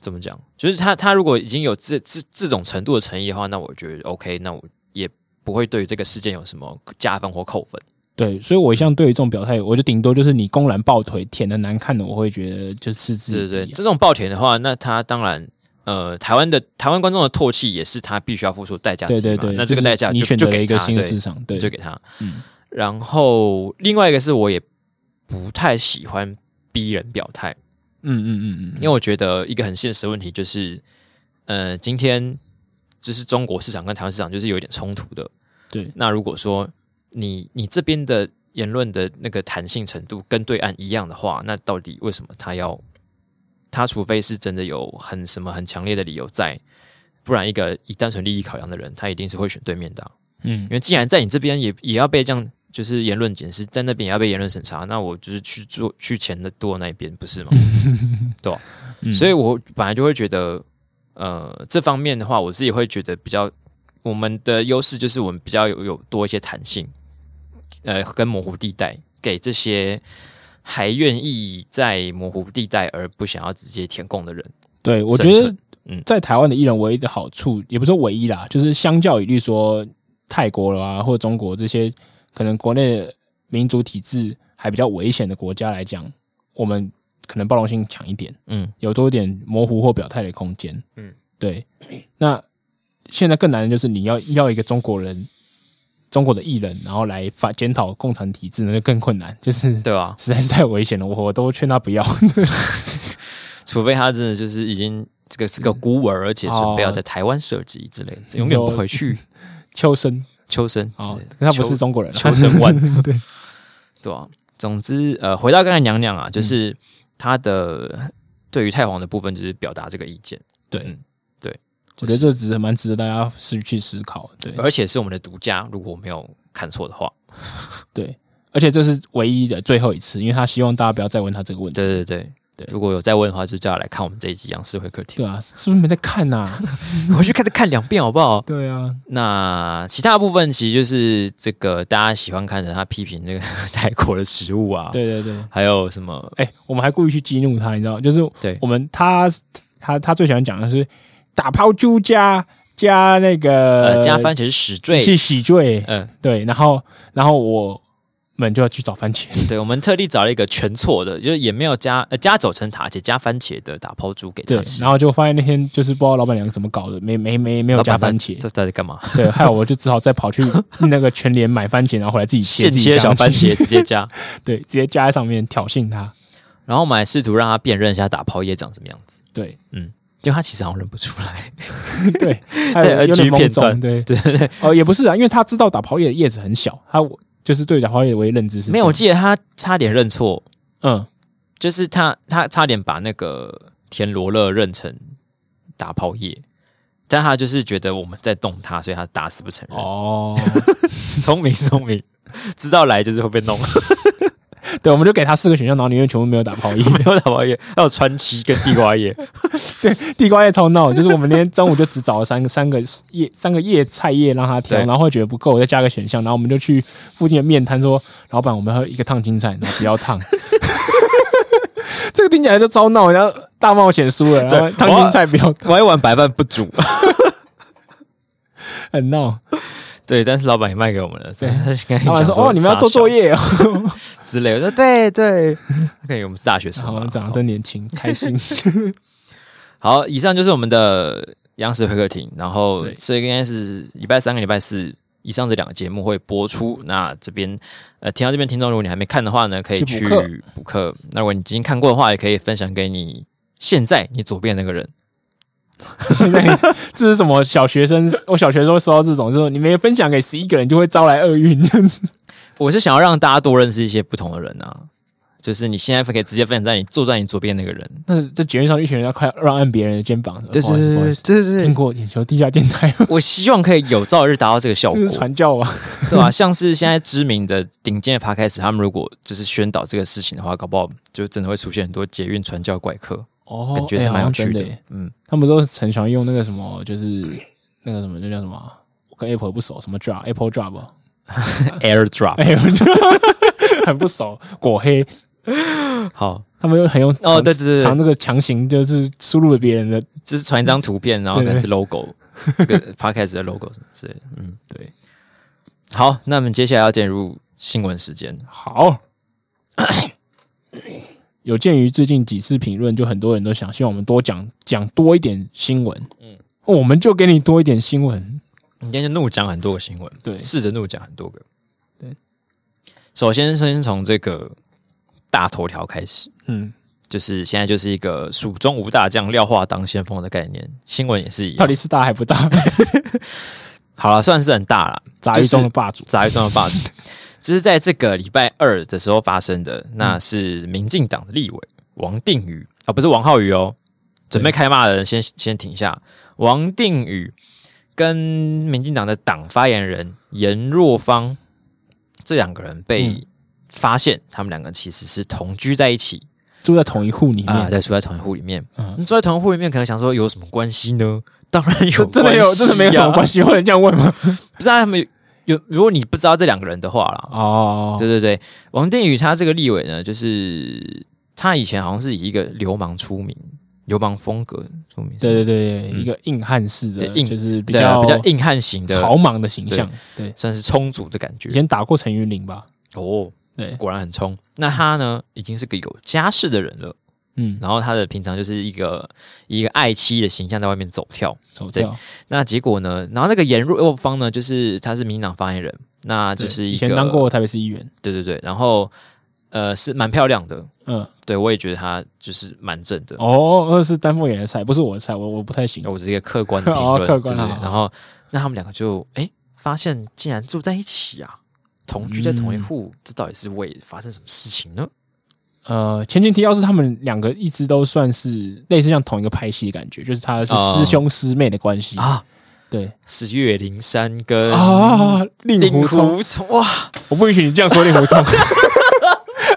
怎么讲，就是他他如果已经有这这这种程度的诚意的话，那我觉得 OK，那我也不会对于这个事件有什么加分或扣分。
对，所以我一向对于这种表态，我就顶多就是你公然抱腿舔的难看的，我会觉得就是嗤之
对
以鼻
对对，
啊
这种暴甜的话，那他当然。呃，台湾的台湾观众的唾弃也是他必须要付出代价之一
对对
嘛
对，
那这个代价
就是你
就
选
就
择了
给
一个
他
新的
对
市场，对
就给他。
嗯
然后另外一个是我也不太喜欢逼人表态，
嗯嗯嗯
因
嗯，
为我觉得一个很现实的问题就是，呃，今天就是中国市场跟台湾市场就是有一点冲突的。
对
那如果说你你这边的言论的那个弹性程度跟对岸一样的话，那到底为什么他要他除非是真的有很什么很强烈的理由在，不然一个以单纯利益考量的人，他一定是会选对面的啊、
嗯
因为既然在你这边也也要被这样，就是言论检视，在那边也要被言论审查，那我就是去做去钱的多那一边，不是 吗？对啊、
嗯
所以我本来就会觉得，呃，这方面的话，我自己会觉得比较我们的优势就是我们比较有有多一些弹性，呃，跟模糊地带给这些。还愿意在模糊地带而不想要直接填供的人，
对，我觉
生
得
存嗯
在台湾的艺人唯一的好处，也不是唯一啦，就是相较于例如说泰国啦、或者中国这些可能国内的民主体制还比较危险的国家来讲，我们可能包容性强一点。
嗯
有多一点模糊或表态的空间。
嗯
嗯，对。那现在更难的就是你要要一个中国人，中国的艺人，然后来反检讨共产体制，那就更困难，就是
对吧、
实在是太危险了。我我都劝他不要。
除非他真的就是已经这
嗯哦
个是个孤儿，而且准备要在台湾设籍之类的，永远不回去。
秋生
秋生
哦
之类的，
可他不是中国人啊，
秋 生万
对，
对啊，总之，呃，回到刚才娘娘啊，
嗯
就是她的对于太皇的部分，就是表达这个意见，
对
嗯对，
我
就
觉
是
得这只是蛮值得大家思去思考的。对，
而且是我们的独家，如果我没有看错的话，
对，而且这是唯一的最后一次，因为他希望大家不要再问他这个问题。
对对对
对
如果有再问的话，就叫他来看我们这一集《杨氏会客厅
对啊，是不是没在看啊呐、》，
回去开始看两遍好不好？
对啊，
那其他部分其实就是这个大家喜欢看的，他批评那个 泰国的食物啊，
对对对，
还有什么？
哎、我们还故意去激怒他，你知道，就是
对
我们他他他最喜欢讲的是打抛猪加加那个
呃，加番茄是屎坠，
是喜罪，
嗯、
对，然后然后我们就要去找番茄，
对，我们特地找了一个全错的，就是也没有加呃加九层塔，而且加番茄的打抛猪给
对
他，吃。
然后就发现那天就是不知道老板娘怎么搞的，没没没没有
老
加
板
番
在
茄
这，到底干 嘛？
对，害我就只好再跑去 那个全联买番茄，然后回来自己切
现
自己
切
想
小番
吃
茄，直接加，
对，直接加在上面挑衅他，
然后我们还试图让他辨认一下打抛叶长什么样子，
对
就他其实好像认不出来。
对，还有
在
有点
NG
懵
片
懂，
段
对
对 对对，
哦，也不是啊，因为他知道打泡叶的叶子很小，他我就是对打泡叶的唯一认知是
没有，我
这
记得他差点认错，
样，嗯，
就是他他差点把那个田螺乐认成打抛叶。但他就是觉得我们在动他，所以他打死不承认。
哦，
聪明聪明，知道来就是会被弄。
对，我们就给他四个选项，然后里面全部没有打泡叶，
没有打抛叶，还有川崎跟地瓜 叶。
地瓜叶超闹，就是我们那天中午就只找了三个三个叶三个叶菜叶让他挑，
对
然后会觉得不够，再加个选项，然后我们就去附近的面摊说，老板，我们要一个烫青菜，然后不要 烫。这个听起来就超闹，然后大冒险输了，然后
对
烫青菜不要烫
我一碗白饭不煮，
很闹。
对，但是老板也卖给我们了。对，他应该
老板
想
说：“哦，你们要做作 业哦。
傻小 之类的。我说对对，他感觉我们是大学”生
好
吧。
长得真年轻，开心。
好，以上就是我们的央视会客厅，然后
对
这个应该是礼拜三跟礼拜四。以上这两个节目会播出，那这边呃，听到这边听众，如果你还没看的话呢，可以去
去补课
补课。那如果你已经看过的话，也可以分享给你现在你左边那个人。
现在这是什么小学生？我小学时候收到这种，就是你没分享给十一个人，就会招来厄运。
我是想要让大家多认识一些不同的人啊，就是你现在可以直接分享在你坐在你左边那个人，
但是这节目上一群人要快让按别人的肩膀，
对
不好意思，不好意思，
对对
听过眼球地下电台，
我希望可以有朝一日达到这个效
这
果，
是传教啊。
对吧、 像是现在知名的顶尖的 p 开始，他们如果就是宣导这个事情的话，搞不好就真的会出现很多捷运传教怪客，
哦
感觉是蛮有趣的。
的耶。
嗯，
他们都很喜欢用那个什么，就是那个什么，那叫什么啊？我跟 Apple 不熟，什么 Drop Apple Drop 啊
AirDrop，
，Apple Drop 很不熟，果黑。
好，
他们又很用
哦对对对对
藏这个强行就是输入了别人的
就是传一张图片，然后
对
可能是 logo，这个 p 开始的 logo 什么之类的。嗯，
对。
好，那我们接下来要进入新闻时间。
好。 有鉴于最近几次评论，就很多人都想希望我们多讲讲多一点新闻，嗯
嗯，
我们就给你多一点新闻。
你今天就怒讲很多个新闻，
对
试着怒讲很多个。
对，
首先先从这个大头条开始，
嗯，
就是现在就是一个蜀中无大将，廖化当先锋的概念，新闻也是一
到
样。
底是大还 不大？
好了，算是很大了，
杂
就
鱼
是
中的霸主，
杂鱼中的霸主。这是在这个礼拜二的时候发生的，那是民进党的立委王定宇啊、不是王浩宇哦，准备开骂的人先先停下。王定宇跟民进党的党发言人严若芳这两个人
嗯
被发现，他们两个其实是同居在一起
住在同一户里
啊、
面，
在住在同一户里面。
嗯
你住在同一户里面，可能想说有什么关系呢？ 当然有、
这真的有，真的没有什么关
系
系，会有人这样 问吗？
啊，不是、啊、他们有。有如果你不知道这两个人的话啦，
哦，
对对对，王定宇他这个立委呢，就是他以前好像是以一个流氓出名，流氓风格出名，
对对对，
嗯
一个硬汉式的，
对硬
就是比
对啊
较
比较硬汉型的，
草莽的形象。对，
算是冲足的感
以
觉。
前打过陈云林吧？
哦，
对，
果然很冲。那他呢，已经是个有家室的人了，
嗯，
然后他的平常就是一个一个爱妻的形象在外面走跳。
走掉。
那结果呢，然后那个严若芳呢，就是他是民进党发言人，那就
对
是一
以
个
前当过台北市议员。
对对对，然后呃是蛮漂亮的，
嗯，
对我也觉得她就是蛮正的。
哦，那是丹凤眼的菜，不是我的菜，我我不太行。
我只是一个客观的评
哦
论，
客观
对对
好
对然后那他们两个就哎、发现竟然住在一起啊，同居在同一
嗯
户，这到底是为发生什么事情呢？
呃，前前提要是他们两个一直都算是类似像同一个拍戏的感觉，就是他是
哦
师兄师妹的关系。
啊，
对
是岳灵珊跟
啊，令
令
狐冲，
狐冲哇，
我不允许你这样说 令狐冲。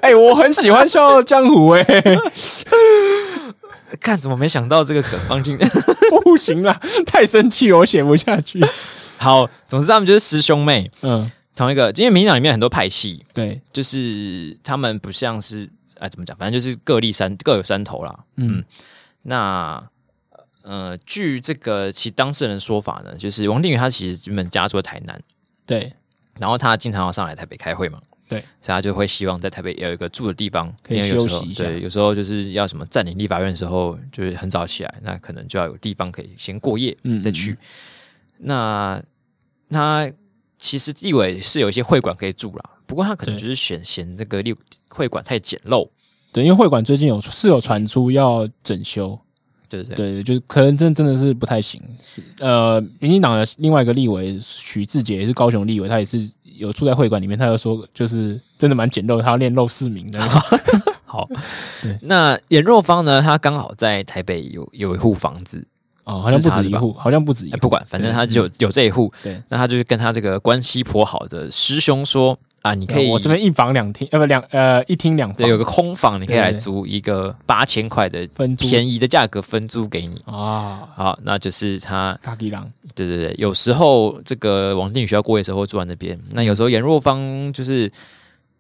哎、我很喜欢《笑傲江湖、哎，
看怎么没想到这个梗放进。
不行啦，太生气了，我写不下去。
好，总之他们就是师兄妹，
嗯，
同一个，因为民进党里面很多派系，
对，
就是他们不像是哎怎么讲，反正就是各立山各有山头啦。
嗯
那呃，据这个其当事人的说法呢，就是王定宇他其实原本家住在台南，
对，
然后他经常要上来台北开会嘛，
对
所以他就会希望在台北有一个住的地方，
可以
因为有时
休
候
息一下
对，有时候就是要什么占领立法院的时候，就是很早起来，那可能就要有地方可以先过夜，
嗯
再去。那他其实立委是有一些会馆可以住啦，不过他可能
对
就是选嫌这个立会馆太简陋，
对，因为会馆最近有是有传出要整修，
对不对？
对，就是可能真真的是不太行。呃，民进党的另外一个立委许志杰也是高雄立委，他也是有住在会馆里面，他就说就是真的蛮简陋，他要练肉市 民的那种。
好
对，
那严若芳呢，她刚好在台北有有一户房子，
哦，好像不
是他
止
的
一
吧
户，好像不止一
哎，
户
不。管，反正
对嗯
他就有有这一户。
对，
那他就是跟他这个关系颇好的师兄说啊，你可以
我这边一房两厅，呃不两呃一厅两
对
房，
有个空房，你可以
对
来
对
租一个八千块的
分租
便宜的价格分租给你。
啊，
好，那就是他，
咖喱郎
对对对，有时候这个王定宇学校过夜的时候会住在那边，那有时候严若芳就是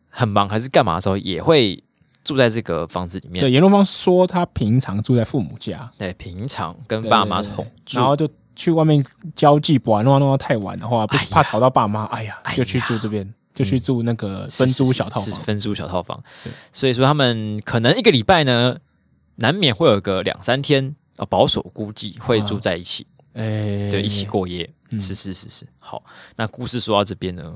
很忙还是干嘛的时候，也会住在这个房子里面
对，。严若芳说她平常住在父母家，
对，平常跟
对
爸妈
对对
同住
然，后就去外面交际不玩，弄啊弄到太晚的话，不
哎呀
怕吵到爸妈，哎呀
哎，呀
就去住这边，就去住那个分
是
租
是
小套
是是
房。
分租小套房
对。
所以说他们可能一个礼拜呢，难免会有个两三天啊，呃保守估计会
啊
住在一起，
哎，
对，一起过夜。
嗯
是是是是，好。那故事说到这边呢，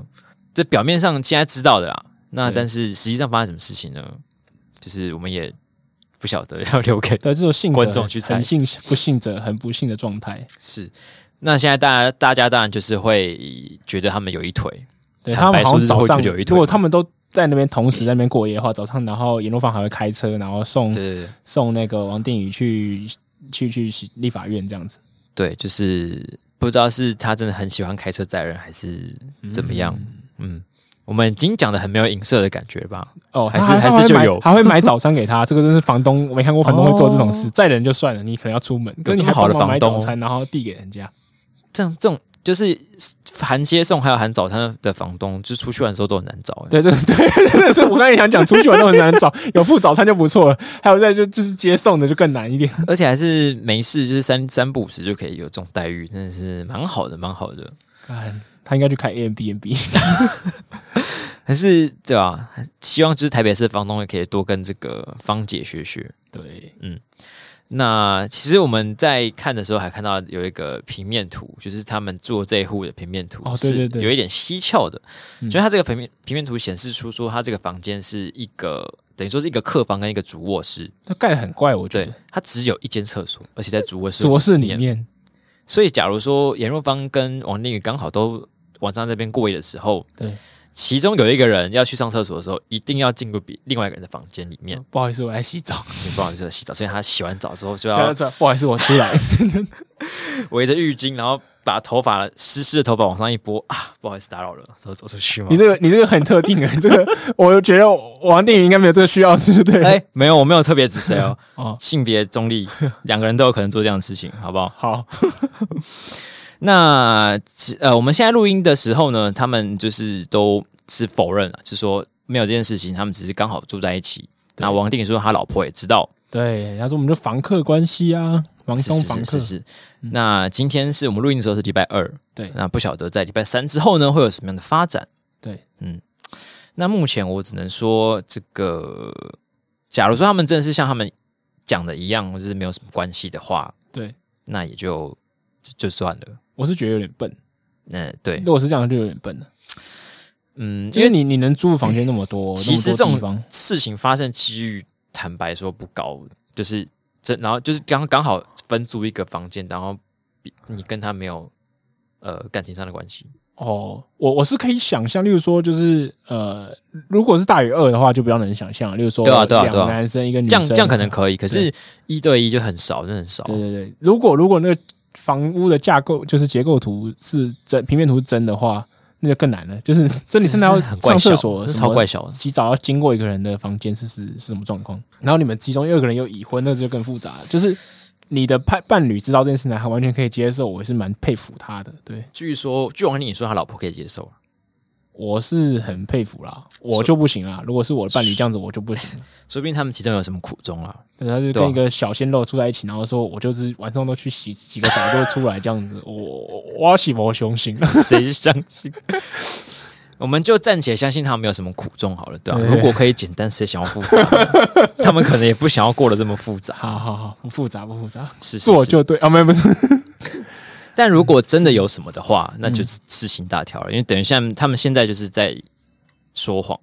这表面上现在知道的啦，那
对
但是实际上发生什么事情呢？就是我们也不晓得， 要留给
对，这种信者
观众去猜
很信不信者很不幸的状态。
是。那现在大家大家当然就是会觉得他们有一腿，
对
坦
他
白
们好
说
像
就是会
早上，
觉得有一腿
如果他们都在那边同时在那边过夜的话，早上然后严若芳还会开车，然后送
对对对。
送那个王定宇去去去去立法院这样子。
对，就是不知道是他真的很喜欢开车载人，还是怎么样。嗯，我们已经讲的很没有影射的感觉了吧？
哦，
还
他
是
他
还是
会
就
买
有
还会买早餐给他，这个真是房 东，我没看过房东会做这种事。载人就算了，你可能要出门，可是
这
你
么
还
好的
帮忙买
房东
早餐，然后递给人家。
这样这种就是含接送还有含早餐的房东，就是出去玩的时候都很难找、欸。
对，这 对，真的是我刚才也想讲，出去玩都很难找，有付早餐就不错了，还有再就就是接送的就更难一点。
而且还是没事，就是三三不五时就可以有这种待遇，真的是蛮好的，蛮好的。
干他应该去开 A M B N B，
还是对吧、啊？希望就是台北市的房东也可以多跟这个芳姐学学。
对，
那其实我们在看的时候还看到有一个平面图，就是他们做这一户的平面图
哦对
是
对对
有一点蹊跷的，
嗯
就是它这个平面平面图显示出说，它这个房间是一个等于说是一个客房跟一个主卧室，
他盖的很怪，我觉
对
得。，
它只有一间厕所，而且在主卧室
主卧室里面，
所以假如说严若芳跟王定宇刚好都晚上在这边过夜的时候，
对，
其中有一个人要去上厕所的时候，一定要进入比另外一个人的房间里面，
不好意思，我在洗澡，
你不好意思洗澡，所以他洗完澡之后就
现在
要
就出来，啊不好意思，我出来。
围着浴巾，然后把头发湿湿的头发往上一拨啊，不好意思打扰了，走走出去嘛
你。这个你这个很特定啊，这个我觉得王定宇应该没有这个需要，是不是？
哎、没有，我没有特别指谁哦，
哦
性别中立，两个人都有可能做这样的事情，好不好？
好，
那其呃，我们现在录音的时候呢，他们就是都是否认了，就是说没有这件事情，他们只是刚好住在一起。
对
那王定宇说他老婆也知道，
对，他说我们就房客关系啊，房
是
东房
是
客，
是
嗯
是是。那今天是我们录音的时候是礼拜二，
对
那不晓得在礼拜三之后呢会有什么样的发展。嗯
对，
那目前我只能说，这个假如说他们真的是像他们讲的一样，就是没有什么关系的话，
对，
那也就就就算了。
我是觉得有点笨，
嗯，对
如，果是这样就有点笨了，
嗯，
因
因为
为你你能租房间那么 多，
其实这
那么多地
种
方，
事情发生几率，坦白说不高，就是这，然后就是刚刚好分租一个房间，然后比你跟他没有呃感情上的关系，
哦，我我是可以想象，例如说，就是呃，如果是大于二的话，就比较能想象。例如说，
对啊对啊对啊
两个男生一个女
这
生，啊
样这样可能可以，可是一对一就很少，真的很少。
对对对。如果如果那个房屋的架构就是结构图是真，平面图是真的话，那就更难了。就是真的
这
真的要
是很怪
上厕
小
所，
这是
什么
超怪小的
洗澡要经过一个人的房间是是是什么状况？然后你们其中又有一个人又已婚，那就更复杂了。就是你的伴伴侣知道这件事情，还完全可以接受，我是蛮佩服他的。对。
据说，据王丽你说他老婆可以接受啊，
我是很佩服啦，我就不行啦。如果是我的伴侣这样子，我就不行。
说不定他们其中有什么苦衷啊。
对，他就
对啊
跟一个小鲜肉住在一起，然后说我就是晚上都去洗洗个澡就出来这样子，我我我要洗我雄心。
谁相信？我们就暂且相信他们没有什么苦衷好了，对吧、
对
如果可以简单，谁想要复杂？ 他们可能也不想要过得这么复杂。
好好好，不复杂不复杂，
是是
做
是。
就对啊，没有不是，
但如果真的有什么的话，
嗯
那就是事情大条了，因为等于像他们现在就是在说谎。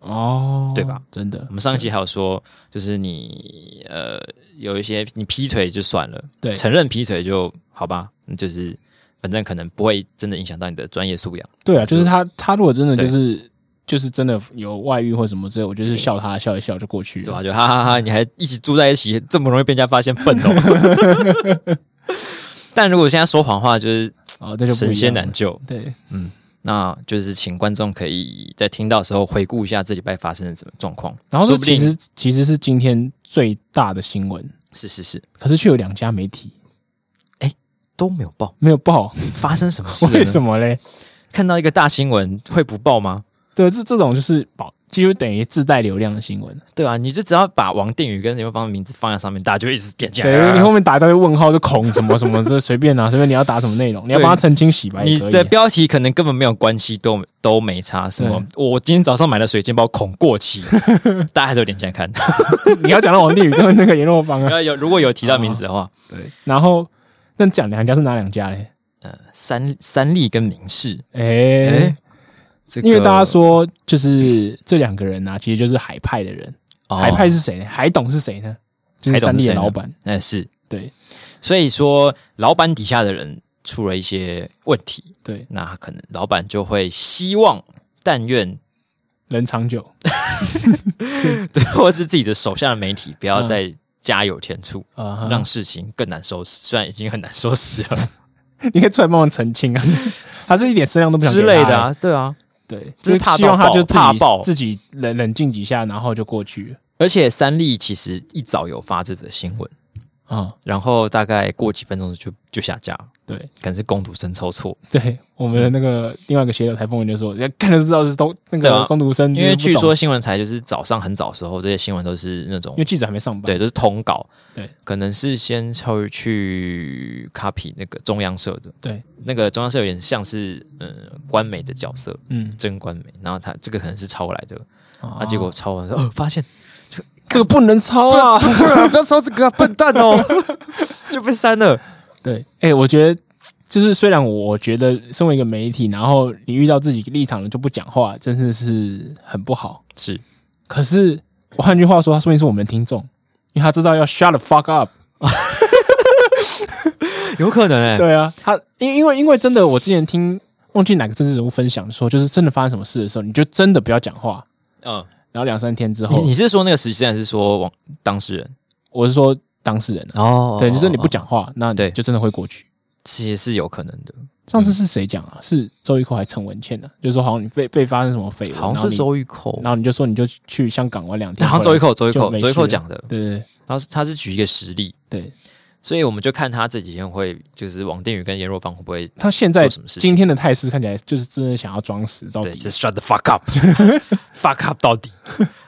哦，
对吧？
真的
我，们上一期还有说，就是你呃有一些你劈腿就算了，
对
承认劈腿就好吧，那就是反正可能不会真的影响到你的专业素养。
对啊，就是他他如果真的
对
就是就是真的有外遇或什么之类，我就是笑他笑一笑就过去
对啊吧、。
了
就哈哈哈你还一起住在一起，这么容易被人家发现笨哦。 但如果现在说谎话，就是
哦，那就不一样
神仙
了
难救。
对，
那就是请观众可以在听到的时候回顾一下这礼拜发生的什么状况。
然后
说
这
不
其
定
实其实是今天最大的新闻，
是是是
可是却有两家媒体
都没有报，
没有报，
发生什么事了呢？
为什么嘞？
看到一个大新闻会不报吗？
对，这这种就是保，几乎等于自带流量的新闻。
对啊，你就只要把王定宇跟刘芳的名字放在上面，大家就会一直点进
对，因为
来。
你后面打一堆问号，就恐什么什么，这随便拿、随便你要打什么内容，你要帮他澄清洗白
啊
也
你
可以啊
的。标题可能根本没有关系，都都没差。什么？我今天早上买的水煎包恐过 期，大家还是有点进来 看。
你要讲到王定宇跟那个阎 若芳啊。
要有如果有提到名字的话，
对，然后那讲两家是哪两家嘞？
三三立跟明视，
哎、
哎这个
因为大家说就是这两个人啊，其实就是海派的人。
哦
海派是谁呢？海董是谁呢？就是
海董
三
是
D 的
谁呢
老板。
哎是
对
所以说老板底下的人出了一些问题，
对，
那可能老板就会希望但愿，
人长久。
或是自己的手下的媒体不要再加油添醋，
嗯啊哈、
让事情更难收拾。虽然已经很难收拾了
你可以出来帮忙澄清啊， 他是一点声量都 不想给
之
他欸
类的啊，对啊。
对，
这
就是是
怕
希望
到爆
他就自
怕
己
爆
自己冷冷静几下，然后就过去了
而且三立其实一早有发这则新闻，
啊、
然后大概过几分钟就就下架了，
对
可能是攻读生抽错。
对，我们的那个另外一个写手台风文就说，人家看就知道是都那
对啊
个工读生，
因为
就是
据
嗯不懂
说新闻台就是早上很早的时候，这些新闻都是那种
因为记者还没上班，
对，都是通稿，
对，
可能是先会去 copy 那个中央社的，
对，
那个中央社有点像是呃官媒的角色，
嗯，
真官媒，然后他这个可能是抄来的，
啊
啊，结果抄完了，哦，发现
这个不能抄啊，
对啊，不要抄这个、啊，笨蛋哦， 就被删了，
对，哎、我觉得。就是虽然我觉得身为一个媒体，然后你遇到自己立场了就不讲话，真的是很不好。
是
可是我换句话说，他说明是我们的听众，因为他知道要 shut the fuck up。
有可能哎、
对啊，他因因为因为真的，我之前听忘记哪个政治人物分享说，就是真的发生什么事的时候，你就真的不要讲话。
嗯，
然后两三天之
你
后，
你是说那个实习生还是说网当事人？
我是说当事人啊，
哦
对，就是你不，讲话，那
对嗯
你就真的会过去。
其实是有可能的，
上次是谁讲啊？是周一蔻还是陈文倩啊？就是说好像你被被发生什么绯闻，
好像是周玉蔻
然后你，然后你就说你就去香港玩两天，
好像周玉
蔻，
蔻，周玉
就
蔻，
没
周玉
事
蔻
了
讲的，
对对
他是他是举一个实例，
对对，
所以我们就看他这几天会，就是王定宇跟严若芳会不会
他现在
做什么事情
今。天的态势看起来就是真的想要装死到
对，
底
就，是 shut the fuck up，fuck up 到 底。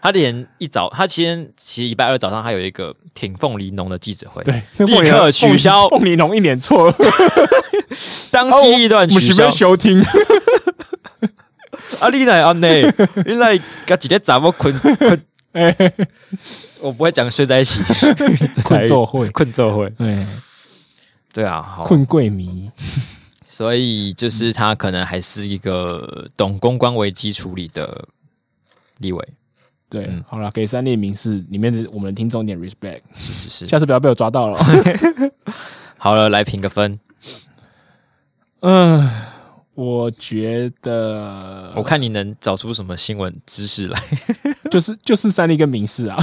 他连一早，他今天其实礼拜二早上还有一个挺凤梨农的记者会，
对，那
立
凤梨
刻取消
凤梨农一脸错愕，
当机立断
哦我们
取
是
消
被。休听。
啊，你来安内，你来跟几天怎么困困？
哎
我不会讲睡在一 起，
困咒会，
困咒会。
哎，
对啊，好。
困贵迷，
所以就是他可能还是一个懂公关危机处理的立委，
对，
嗯
好了，给三列名士里面的我们的听众一点 respect，
是是是。
下次不要被我 抓到了。
好了，来评个分。
嗯、我觉得
我看你能找出什么新闻知识来
就是就是三立跟民视啊，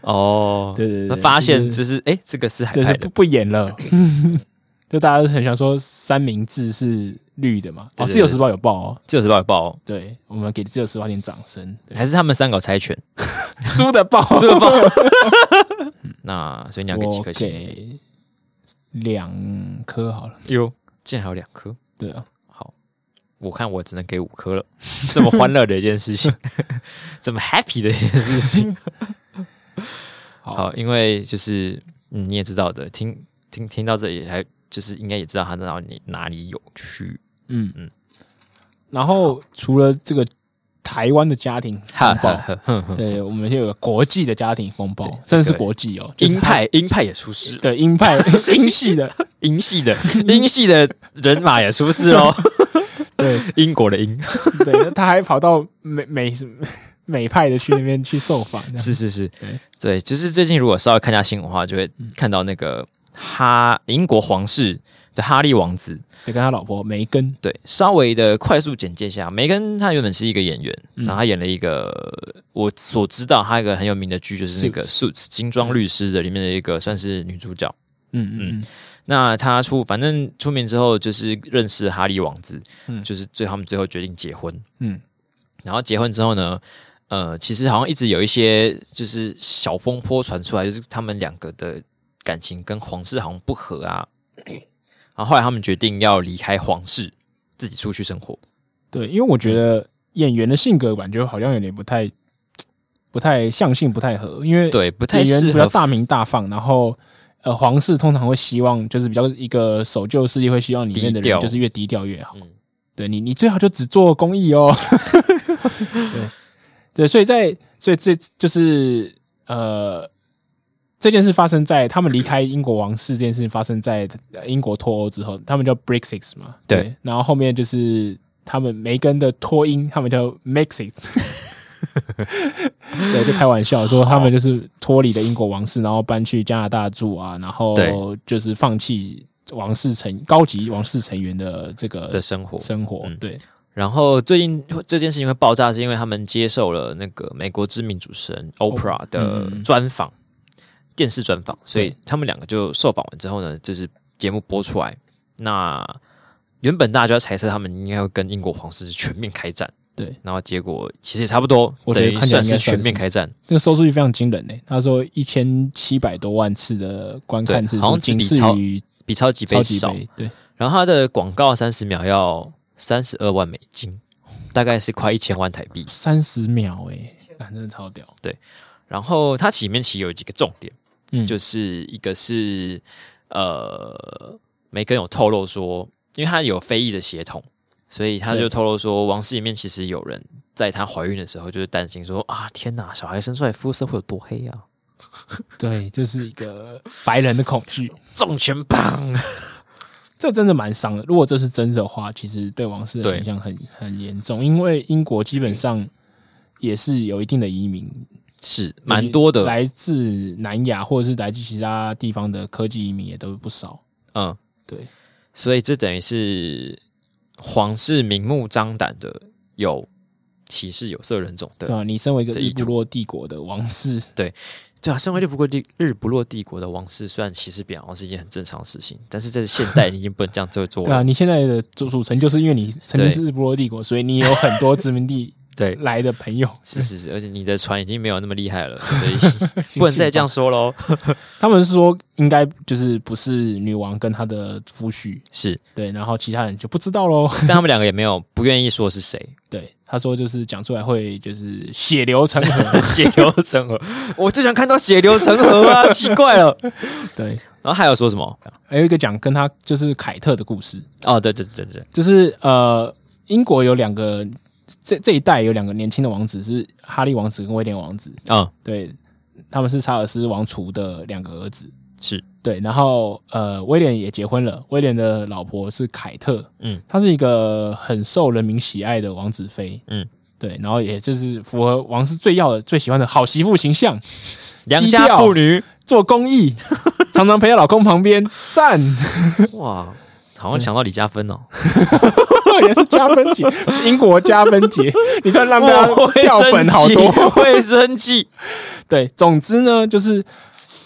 哦。
对对
那
对，
发现
就是
只是哎，诶这个 是海
这
派
是
的
不，不演了。
嗯
就大家都很想说三明治是绿的嘛？
对
哦，
对
自由时报有报哦。
自由时报有报哦，
对，我们给自由时报点掌声。
还是他们三搞猜拳，
输的报，
自由报。那所以你要给几
我
颗星？
给两颗好了。
有，竟然还有两颗。
对啊，
好，我看我只能给五颗了。 这么欢乐的一件事情， 这么 happy 的一件事情。
好
好，因为就是嗯，你也知道的，听听听到这里还就是应该也知道他哪里哪里有趣。
嗯
嗯
嗯。然后除了这个台湾的家庭
哈哈
风暴，
哈哼哼，
对我们就有个国际的家庭风暴
嗯对，
甚
这
至是
个
国际哦，就是
鹰
它
派鹰派也出事了，
对 鹰派鹰系的，
鹰系 的鹰系的人马也出事哦喽。
对
英国的鹰
对，他还跑到美美美派的去那边去受访，这样
是是是
对，
对，就是最近如果稍微看一下新闻的话，就会看到那个哈英国皇室的哈利王子，
对，跟他老婆梅根，
对，稍微的快速简介一下，梅根她原本是一个演员，
嗯
然后她演了一个我所知道她一个很有名的剧就是那个《Suits》金装律师的里面的一个算是女主角。
嗯嗯嗯，
那她出反正出名之后就是认识哈利王子，
嗯
就是最他们最后决定结婚。
嗯，
然后结婚之后呢，呃，其实好像一直有一些就是小风波传出来，就是他们两个的感情跟皇室好像不和 啊。然后后来他们决定要离开皇室，自己出去生活。
对，因为我觉得演员的性格感觉好像有点不太不太相性不太合，因为
对，不太
演员
适
比较
合
大名大放，然后呃皇室通常会希望就是比较一个守旧势力会希望里面的
低调
人就是越低调越好，
嗯
对你你最好就只做公益哦，对对，所以在所以这就是呃。这件事发生在他们离开英国王室这件事发生在呃英国脱欧之后，他们叫 Brexit 嘛，
对
然后后面就是他们梅根的脱英，他们叫 Mexit，对，就开玩笑说他们就是脱离了英国王室，然后搬去加拿大住啊，然后
对
就是放弃王室成高级王室成员的这
的
个
生活。
生活，
嗯
对，
然后最近这件事情会爆炸，是因为他们接受了那个美国知名主持人 Oprah 的
哦嗯
专访，电视专访，所以
对
他们两个就受访完之后呢，就是节目播出来，那原本大家猜测他们应该会跟英国皇室全面开战，
对，
然后结果其实也差不多，
我觉
等
得
于
看起来
算
应该
全
算
面
是
开战，
那个收视率非常惊人呢、欸他说一千七百多万次的观看
对
次
好
数，
像只
仅
比
次
超
于
比超级
超
杯
级
少。
杯，对，
然后它的广告三十秒要三十二万美金，大概是快一千万台币。
三十秒哎、啊，真的超屌，
然后它里面其实有几个重点，
嗯，
就是一个是呃，梅根有透露说，因为她有非裔的血统，所以她就
对
透露说，王室里面其实有人在她怀孕的时候就是担心说啊，天哪，小孩生出来肤色会有多黑啊，
对，这是一个白人的恐惧，
重拳棒，
这真的蛮伤的。如果这是真的话，其实对王室的
对
形象很很严重，因为英国基本上也是有一定的移民，
是蛮多的，
来自南亚或者是来自其他地方的科技移民也都不少。
嗯，
对，
所以这等于是皇室明目张胆的有歧视有色人种的
对啊，你身为一个
这
日
意图
不落帝国的王室，
对啊，身为日不落帝
嗯
日不落帝国的王室，虽然歧视别人是一件很正常的事情，但是在现代你已经不能这样做做
对啊，
了。
你现在的组组成就是因为你曾
对
经是日不落帝国，所以你有很多殖 民地
对
来的朋友，
是是是，而且你的船已经没有那么厉害了， 所以不能再这样说喽。
他们是说应该就是不是女王跟她的夫婿，
是，
对，然后其他人就不知道喽。
但他们两个也没有不愿意说是谁，
对，他说就是讲出来会就是血流成 河。
血流成河。 我最想看到血流成河啊，奇怪了。
对，
然后还有说什么？
还有一个讲跟他就是凯特的故事，
哦，对对对对对，
就是呃，英国有两个这这一代有两个年轻的王子是哈利王子跟威廉王子，
嗯，
对，他们是查尔斯王储的两个儿子。
是
对，然后呃，威廉也结婚了，威廉的老婆是凯特，
嗯，
她是一个很受人民喜爱的王子妃，
嗯，
对，然后也就是符合王室最要的、最喜欢的好媳妇形象，
良
基
家
调
妇女。
做公益， 常常陪在老公旁边，赞。
哇，好像想到李嘉芬哦。
过也是加分节，英国加分节，你突然让
我
大家
会
掉粉好
生气，
多。
会生气。
对，总之呢，就是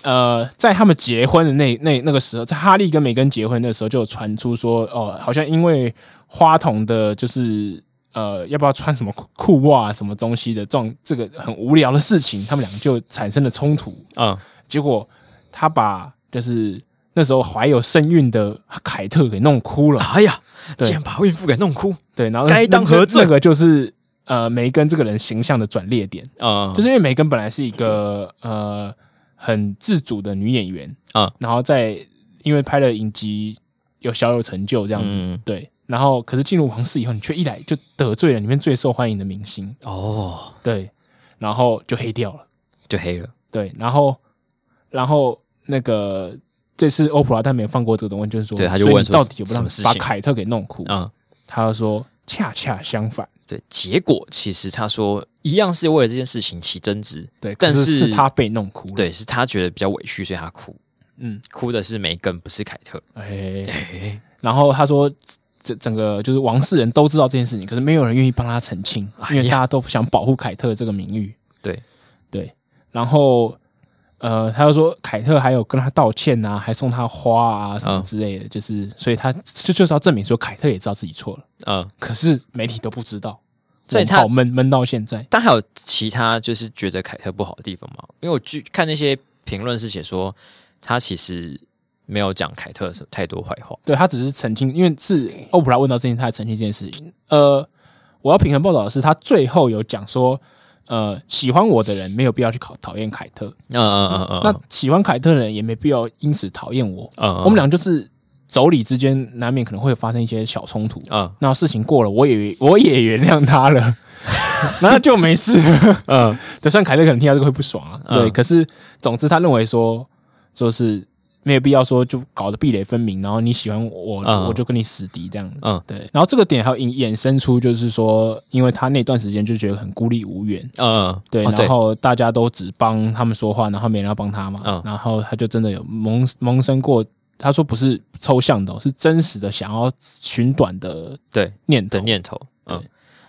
呃，在他们结婚的那那那个时候，在哈利跟梅根结婚的时候，就有传出说，哦，好像因为花童的，就是呃，要不要穿什么裤袜啊什么东西的状，这个很无聊的事情，他们两个就产生了冲突。
嗯，
结果他把就是那时候怀有身孕的凯特给弄哭了，
哎呀，
对
竟然把孕妇给弄哭。
对，然后
该当何罪
那个就是呃梅根这个人形象的转捩点。
嗯，
就是因为梅根本来是一个呃很自主的女演员
啊
然后在因为拍了影集有小有成就这
这
样子，
嗯、
对，然后可是进入皇室以后，你却一来就得罪了里面最受欢迎的明星，
哦，
对，然后就黑掉了，
就黑了。
对，然后然后那个这次欧普拉但没有放过这个东西，就是说，
对他就
所以
问
你
说
到底有没
什
有让
么事
把
情
凯特给弄哭，
嗯，
他就说恰恰相反，
对。结果其实他说一样是为了这件事情起争执，
对，
但
可是
是
他被弄哭了，，
对，是他觉得比较委屈，所以他哭。
嗯，
哭的是梅根，不是凯特。
哎。
哎，
然后他说，整整个就是王室人都知道这件事情，可是没有人愿意帮他澄清，
哎
因
呀
为大家都想保护凯特这个名誉。
对
对，然后呃，他又说凯特还有跟他道歉啊，还送他花啊什么
嗯
之类的，就是所以他就就是要证明说凯特也知道自己错了，
嗯，
可是媒体都不知道，
所以
我
他
好闷闷到现在。
但还有其他就是觉得凯特不好的地方吗？因为我去看那些评论是写说他其实没有讲凯特什太多坏话。
对他只是澄清，因为是欧普拉问到这件事，他才澄清这件事情。呃，我要平衡报道的是，他最后有讲说，呃，喜欢我的人没有必要去考讨厌凯特，
嗯嗯嗯嗯，
那喜欢凯特的人也没必要因此讨厌我。
嗯
我们俩就是妯娌之间难免可能会发生一些小冲突，
嗯
那事情过了，我也我也原谅他 了，那就没事了。
嗯
就算凯特可能听到这个会不爽啊，
嗯
对。可是总之他认为说，就是没有必要说就搞得壁垒分明，然后你喜欢我，
嗯
我就跟你死敌这样。
嗯
对，然后这个点还有衍衍生出，就是说，因为他那段时间就觉得很孤立无援，
嗯，
对，然后大家都只帮他们说话，然后没人要帮他嘛。
嗯
然后他就真的有萌萌生过，他说不是抽象的哦，是真实的想要寻短的
对
念头
的。念头，嗯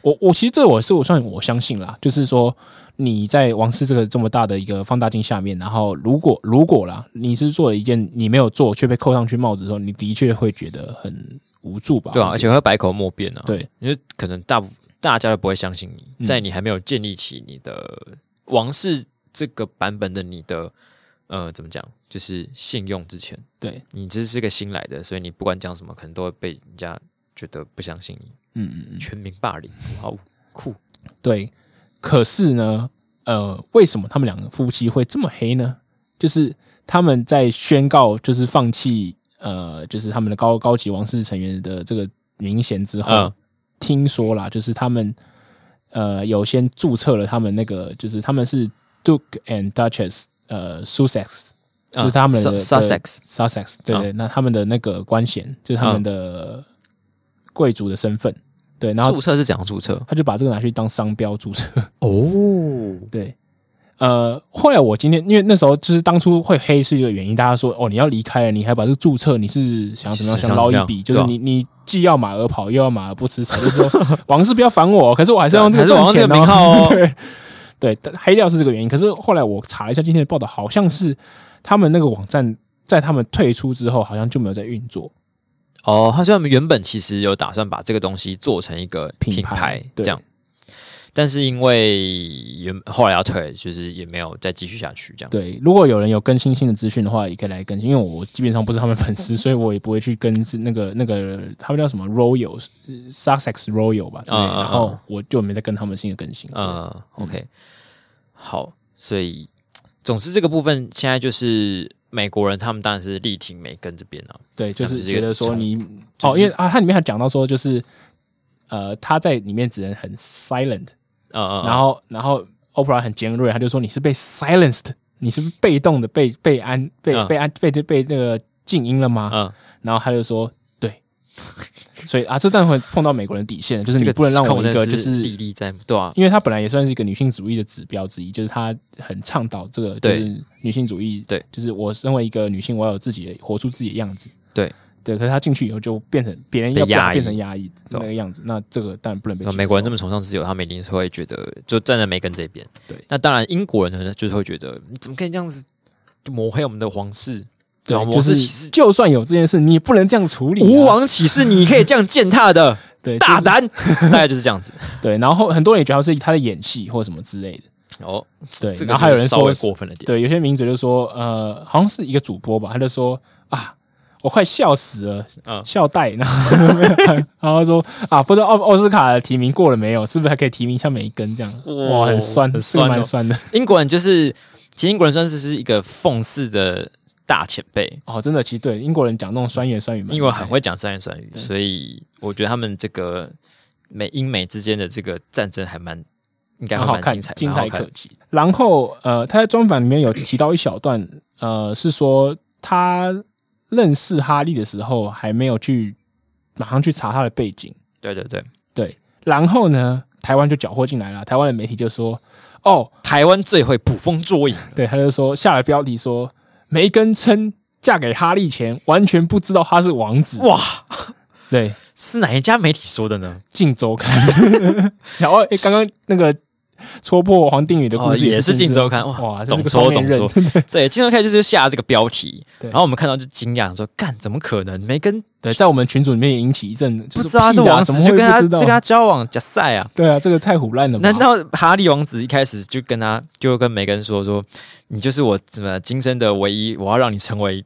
我我其实这我是我算我相信啦，就是说你在王室这个这么大的一个放大镜下面，然后如果如果啦，你是做了一件你没有做却被扣上去帽子的时候，你的确会觉得很无助吧？
对啊，而且会百口莫辩啊。
哦对，
因为可能大部大家都不会相信
嗯
你，在你还没有建立起你的王室这个版本的你的呃怎么讲，就是信用之前，
对，
你只是个新来的，所以你不管讲什么，可能都会被人家觉得不相信你，
嗯嗯嗯。
全民霸凌，好酷，
对，可是呢，呃，为什么他们两个夫妻会这么黑呢？就是他们在宣告就是放弃呃，就是他们的高高级王室成员的这个名衔之后，
嗯
听说啦，就是他们呃有先注册了他们那个，就是他们是 Duke and Duchess 呃 Sussex。就是他们的
嗯
的
Sussex，嗯
Sussex，对对，那他们的那个官衔就是他们的贵族的身份，对，然后
注册是怎样注册？
他就把这个拿去当商标注册，
哦，
对，呃，后来我今天因为那时候就是当初会黑是一个原因，大家说哦你要离开了，你还把这注册，你是想要怎么样？
是
想
想怎么
捞一
样
笔，就
对啊
是你你既要马儿跑，又要马儿不吃草，就是 说王室不要烦我，哦可是我还是要用这个
还是我
赚
用
钱
这个名号哦
对 对，但黑掉是这个原因。可是后来我查了一下今天的报道，好像是他们那个网站在他们退出之后，好像就没有在运作。
哦，他说他们原本其实有打算把这个东西做成一个
品
品
牌
牌
对
这样，但是因为原后来要退，就是也没有再继续下去这样。
对，如果有人有更新新的资讯的话，也可以来更新，因为我基本上不是他们粉 丝，所以我也不会去跟是那个那个他们叫什么 Royal 呃 Sussex Royal 吧之类的，
嗯嗯嗯
然后我就没再跟他们新的更新。嗯，
呃，OK，好，所以总之这个部分现在就是美国人他们当然是力挺梅根这边啊，
对，就
他
是
们是
觉得说
从
你
就是
哦，因为啊，它里面还讲到说就是呃，他在里面只能很 silent，
呃呃，
然后然后 Oprah 很尖锐，他就说你是被 silenced，你是被动的被被安被
嗯
被安被被那个静音了吗？
嗯，
然后他就说对， 所以啊，这当然会碰到美国人底线，就是
这
你
个
不能让我
指控
一个
真
就是是，
历历在目，对啊，
因为他本来也算是一个女性主义的指标之一，就是他很倡导这个就
对
是女性主义，
对，
就是我身为一个女性，我要有自己的活出自己的样子，
对
对，可是他进去以后就变成别人要
被压抑
变成压抑那
懂
个样子，那这个当然不能被接受。
呃美国人这么崇尚自由，他们一定是会觉得就站在梅根这边。
对
那当然英国人呢，就是会觉得你怎么可以这样子抹黑我们的皇室？
对啊
吧，
就
哦我是歧
是
视，
就算有这件事，你也不能这样处理、啊。
吾王岂是你可以这样践踏的？
对
大
胆
胆， 大概就是这样子。
对，然后很多人也觉得他是他在演戏或什么之类的。
哦，
对，
这个
然后还有
就是
人
稍
说
微，过分了点。
对，有些名嘴就说，呃，好像是一个主播吧，他就说啊，我快笑死了，
嗯
笑带，然后然后说 啊，不知道奥奥斯卡的提名过了没有，是不是还可以提名一下梅根这样？
哇
哇，很酸，
很
是个
酸哦
蛮酸的。
英国人就是，其实英国人算是是一个讽刺的大前辈。
哦，真的，其实对英国人讲那种酸言酸语蛮厉害，
英国人很会讲三言三语，
对
所以我觉得他们这个美英美之间的这个战争还蛮应该
蛮
会
好
蛮
看
精彩，
精彩
蛮好看
可期。然后呃，他在专访里面有提到一小段，呃，是说他认识哈利的时候还没有去马上去查他的背景，
对对对，
对，然后呢，台湾就搅和进来了，台湾的媒体就说，哦，
台湾最会捕风捉影，
对，他就说下了标题说梅根称嫁给哈利前完全不知道他是王子，
哇，
对，《
是哪一家媒体说的呢？
镜周刊》，然后诶刚刚那个戳破黄定宇的故
哦
事
也是《
镜
镜周刊》哇，
哇，这是
懂
个
说
双面
懂
刃
说，， 对，《镜周刊》就是下这个标题，
对
然后我们看到就惊讶说，干怎么可能？梅根
对，在我们群组里面也引起一阵就
不
是
知道他啊
屁
是
啦
王
怎
子，
么
就
会
跟他
不
就
知道？
跟他交往，假赛啊！
对啊，这个太胡乱了吧？
难道哈利王子一开始就跟他就跟梅根说说，你就是我怎么今生的唯一，我要让你成为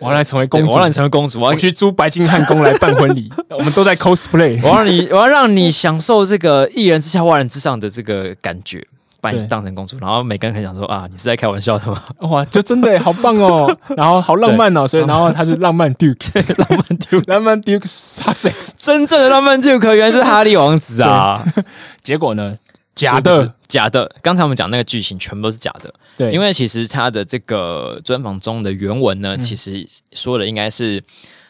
我要来成为
对
公主，
我要让你成为公主，我
我
要
去租白金汉宫来办婚 礼，我们都在 cosplay
我要让你我要让你享受这个一人之下万人之上的这个感觉，把你
对
当成公主。然后梅根很想说啊，你是在开玩笑的吗？
哇，就真的耶好棒哦，然后好浪漫哦，所以然后他是浪漫 Duke，
浪漫 Duke，
浪漫 Duke Sussex，
真正的浪漫 Duke 原来是哈利王子啊，
结果呢，
是
假
不是
的，
假的。刚才我们讲那个剧情全部都是假的，
对，
因
为
为其实他的这个专访中的原文
嗯
呢，其实说的应该是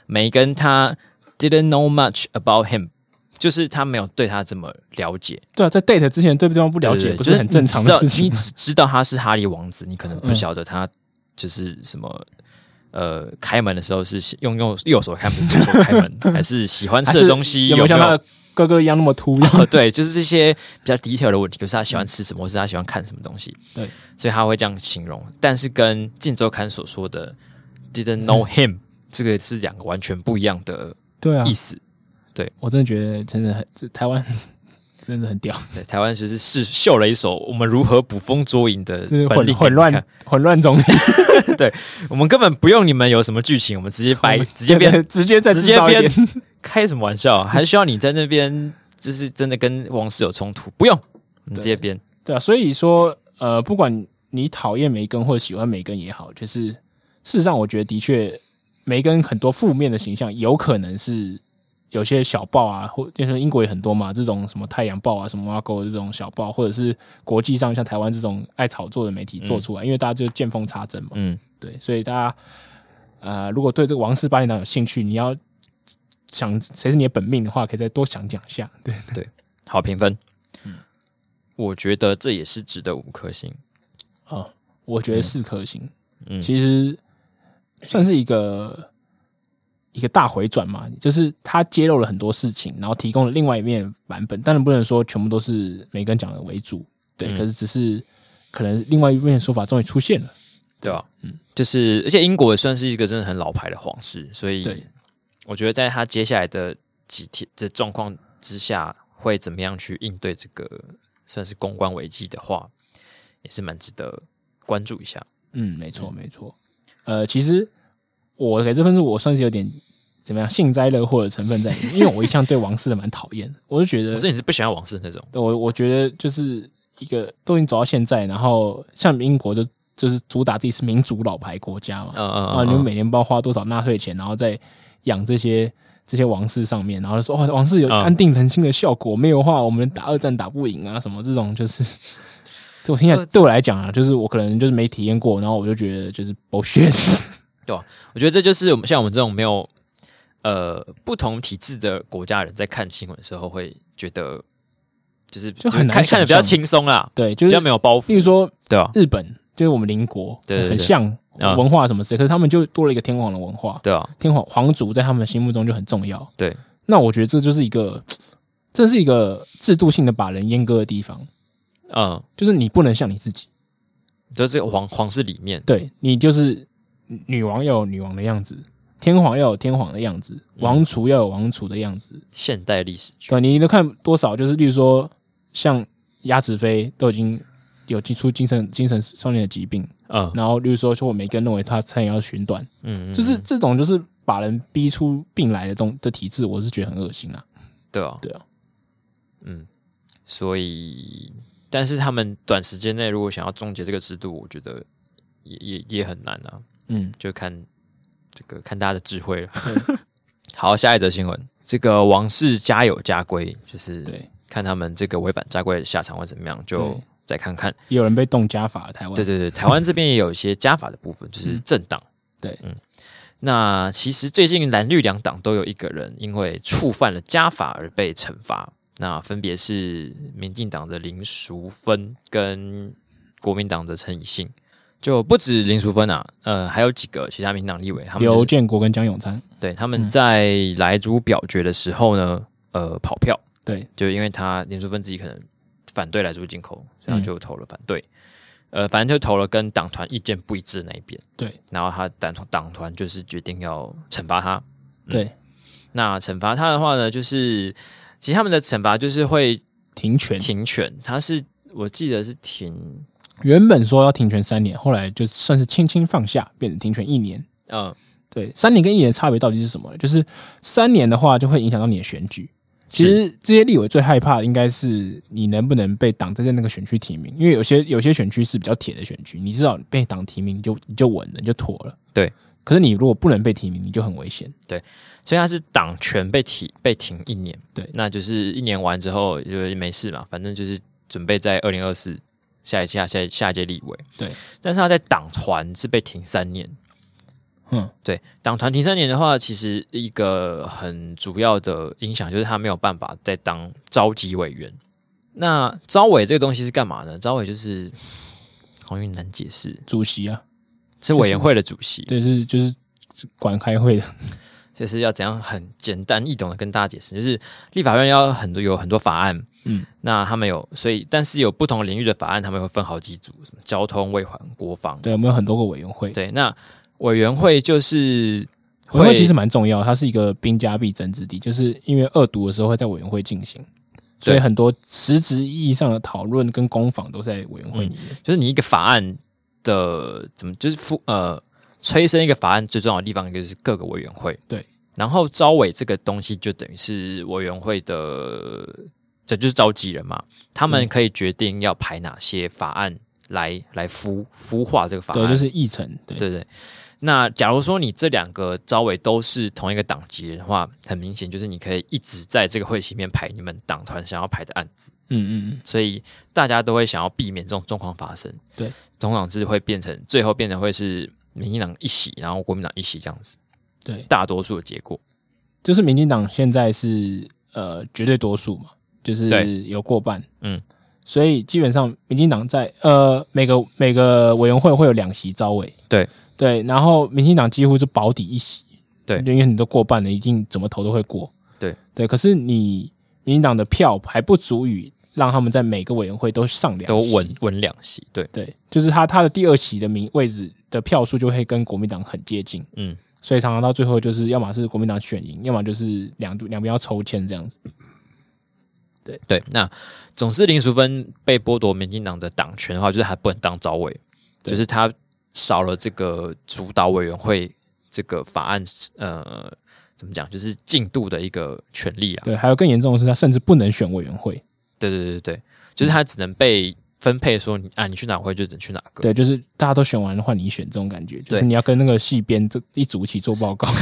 梅根他 didn't know much about him，就是他没有对他这么了解，
对啊，在 date 之前对对方不了
对
解，
对
不
就是
很正常的事
你只知道。
情
你
吗。
只知道他是哈利王子，你可能不
嗯
晓得他就是什么。呃，开门的时候是用用右手开门，左手开 门，还是喜欢吃
还
的
是
东西
有没
有
有像他的哥哥一样那 么突？
哦，对，就是这些比较 detail 的问题，就是他喜欢吃什么，或是他喜欢看什么东西。
嗯对，
所以他会这样形容。但是跟《镜周刊》所说的 “didn't know him” 这个是两个完全不一样的
对嗯啊
意，思。
我真的觉得真的很，这台湾真的很屌，
对，台湾其实是秀了一手我们如何捕风捉影的
就是
本
混
领
混
你看
乱混乱中
我们根本不用你们有什么剧情，我们直接 掰，哎直接编，
直接再
直
制
接
造一
编
点，
开什么玩笑啊？ 还需要你在那边就是真的跟王室有冲突？不用，你直接编。
对啊，所以说，呃，不管你讨厌梅根或者喜欢梅根也好，就是事实上，我觉得的确，梅根很多负面的形象有可能是有些小报啊，或就是英国也很多嘛，这种什么《太阳报》啊、什么《挖沟》这种小报，或者是国际上像台湾这种爱炒作的媒体做出来，因为大家就见缝插针嘛，
嗯，
对，所以大家呃，如果对这个王室八点档有兴趣，你要想谁是你的本命的话，可以再多想讲一下，对，
好评分。嗯我觉得这也是值得五颗星。
啊、我觉得四颗星。
嗯，
其实算是一个一个大回转嘛，就是他揭露了很多事情，然后提供了另外一面版本，当然不能说全部都是梅根讲的为主，对，
嗯
可是只是可能另外一面说法终于出现了，
对啊，嗯，就是而且英国也算是一个真的很老牌的皇室，所以
对
我觉得在他接下来的几天的状况之下，会怎么样去应对这个算是公关危机的话，也是蛮值得关注一下。
嗯，没错没错，呃，其实我给这分数我算是有点。怎么样，幸灾乐祸的成分在里面，因为我一向对王室的蛮讨厌的，我 就觉得
可是你是不喜欢王室那种，
对我我觉得就是一个都已经走到现在，然后像英国就就是主打自己是民主老牌国家嘛，
嗯嗯
啊，
嗯
你们
嗯，
每年不知道花多少纳税钱，然后再养这些这些王室上面，然后就说哦，王室有
嗯
安定人心的效果，没有的话我们打二战打不赢啊，什么这种就是。这我听起来对我来讲啊，就是我可能就是没体验过，然后我就觉得就是 bullshit。
我觉得这就是我们像我们这种没有呃不同体制的国家人在看新闻的时候，会觉得就是
就很难
看看的比较
想象
轻松啦，
对，就
比
是
较没有包
例
袱，
如说
对啊，
日本，就是我们邻国，
对对对
很像，
啊
文化什么之类，可是他们就多了一个天皇的文化，
对啊，
天皇皇族在他们心目中就很重要。
对，
那我觉得这就是一个，这是一个制度性的把人阉割的地方，
嗯，
就是你不能像你自己，
就是这个皇皇室里面，
对你就是女王要有女王的样子，天皇要有天皇的样子，
嗯
王储要有王储的样子。
现代历史剧，
对，你都看多少？就是例如说，像鸭子飞都已经有提出精神精神上面的疾病，
嗯
然后例如说，就我梅根认为他差点要寻短，
嗯，嗯
就是
嗯
这种就是把人逼出病来的东的体制，我是觉得很恶心啊。
对啊，
对啊，
嗯，所以，但是他们短时间内如果想要终结这个制度，我觉得也也也很难啊，
嗯，
就看这个看大家的智慧了。 好，下一则新闻，这个王室家有家规，就是
对，
看他们这个违反家规的下场会怎么样，就
对
再看看。
也有人被动加法，台湾嗯
对对对，台湾这边也有一些加法的部分，就是政党。
对
嗯。那其实最近蓝绿两党都有一个人因为触犯了家法而被惩罚，那分别是民进党的林淑芬跟国民党的陈以信。就不止林淑芬啊，呃，还有几个其他民进党立委，他们、就是
刘建国跟江永昌，
对他们在莱猪表决的时候呢，呃，跑票，
对，
就因为他林淑芬自己可能反对莱猪进口，所以他
嗯
就投了反对，呃，反正就投了跟党团意见不一致那一边，
对，
然后他党团党团就是决定要惩罚他，
对，
那惩罚他的话呢，就是其实他们的惩罚就是会
停权，
停权，他是我记得是停，
原本说要停权三年，后来就算是轻轻放下，变成停权一年。
呃，
对，三年跟一年的差别到底是什么呢？就是三年的话，就会影响到你的选举。其
是
实这些立委最害怕的应该是你能不能被党在那个选区提名，因为有些有些选区是比较铁的选区，你至少被党提名你就你就稳了，你就妥了。
对，
可是你如果不能被提名，你就很危险。
所以他是党权被停被停一年，
对
那就是一年完之后就没事嘛，反正就是准备在二零二四下一下下一下一届立委，
对，
但是他在党团是被停三年，
嗯，
对，党团停三年的话，其实一个很主要的影响就是他没有办法再当召集委员。那招委这个东西是干嘛呢？招委就是好像有点难解释，
主席啊，
是委员会的主席，
对，是就是管开会的，
就是要怎样很简单易懂的跟大家解释，就是立法院要很多有很多法案，
嗯，
那他们有，所以但是有不同领域的法案，他们会分好几组，什么交通、卫环、国防，
对，我们有很多个委员会，
对，那委员会就是
委员会其实蛮重要，它是一个兵家必争之地，就是因为恶毒的时候会在委员会进行，所以
对
很多实质意义上的讨论跟攻防都在委员会里面。
就是你一个法案的怎么就是复呃催生一个法案最重要的地方就是各个委员会
对，
然后招委这个东西就等于是委员会的这就是召集人嘛，他们
对
可以决定要排哪些法案来来孵孵化这个法案，
对，就是议程。对，
对对。那假如说你这两个招委都是同一个党籍人的话，很明显就是你可以一直在这个会期里面排你们党团想要排的案子。
嗯嗯嗯，
所以大家都会想要避免这种状况发生。
对，
总党制会变成最后变成会是民进党一席，然后国民党一席这样子，
对，
大多数的结果。
就是民进党现在是呃绝对多数嘛，就是
对
有过半。
嗯，
所以基本上民进党在呃每个每个委员会会有两席招委。
对
对，然后民进党几乎是保底一席。
对
因为你都过半了，一定怎么投都会过。
对
对，可是你民进党的票还不足以让他们在每个委员会都上两
都
席
稳。稳两席，对，
对，就是他他的第二席的名位置的票数就会跟国民党很接近。
嗯，
所以常常到最后就是要么是国民党选赢，要么就是两两边要抽签这样子。
对。那总之，林淑芬被剥夺民进党的党权的话，就是还不能当招委，
对
就是他少了这个主导委员会这个法案，呃，怎么讲，就是进度的一个权利啊。
对，还有更严重的是，他甚至不能选委员会，
对对对对，就是他只能被分配说你啊，你去哪会就只能去哪个。
对，就是大家都选完的话，你选这种感觉，就是
对
你要跟那个系编这一组一起做报告。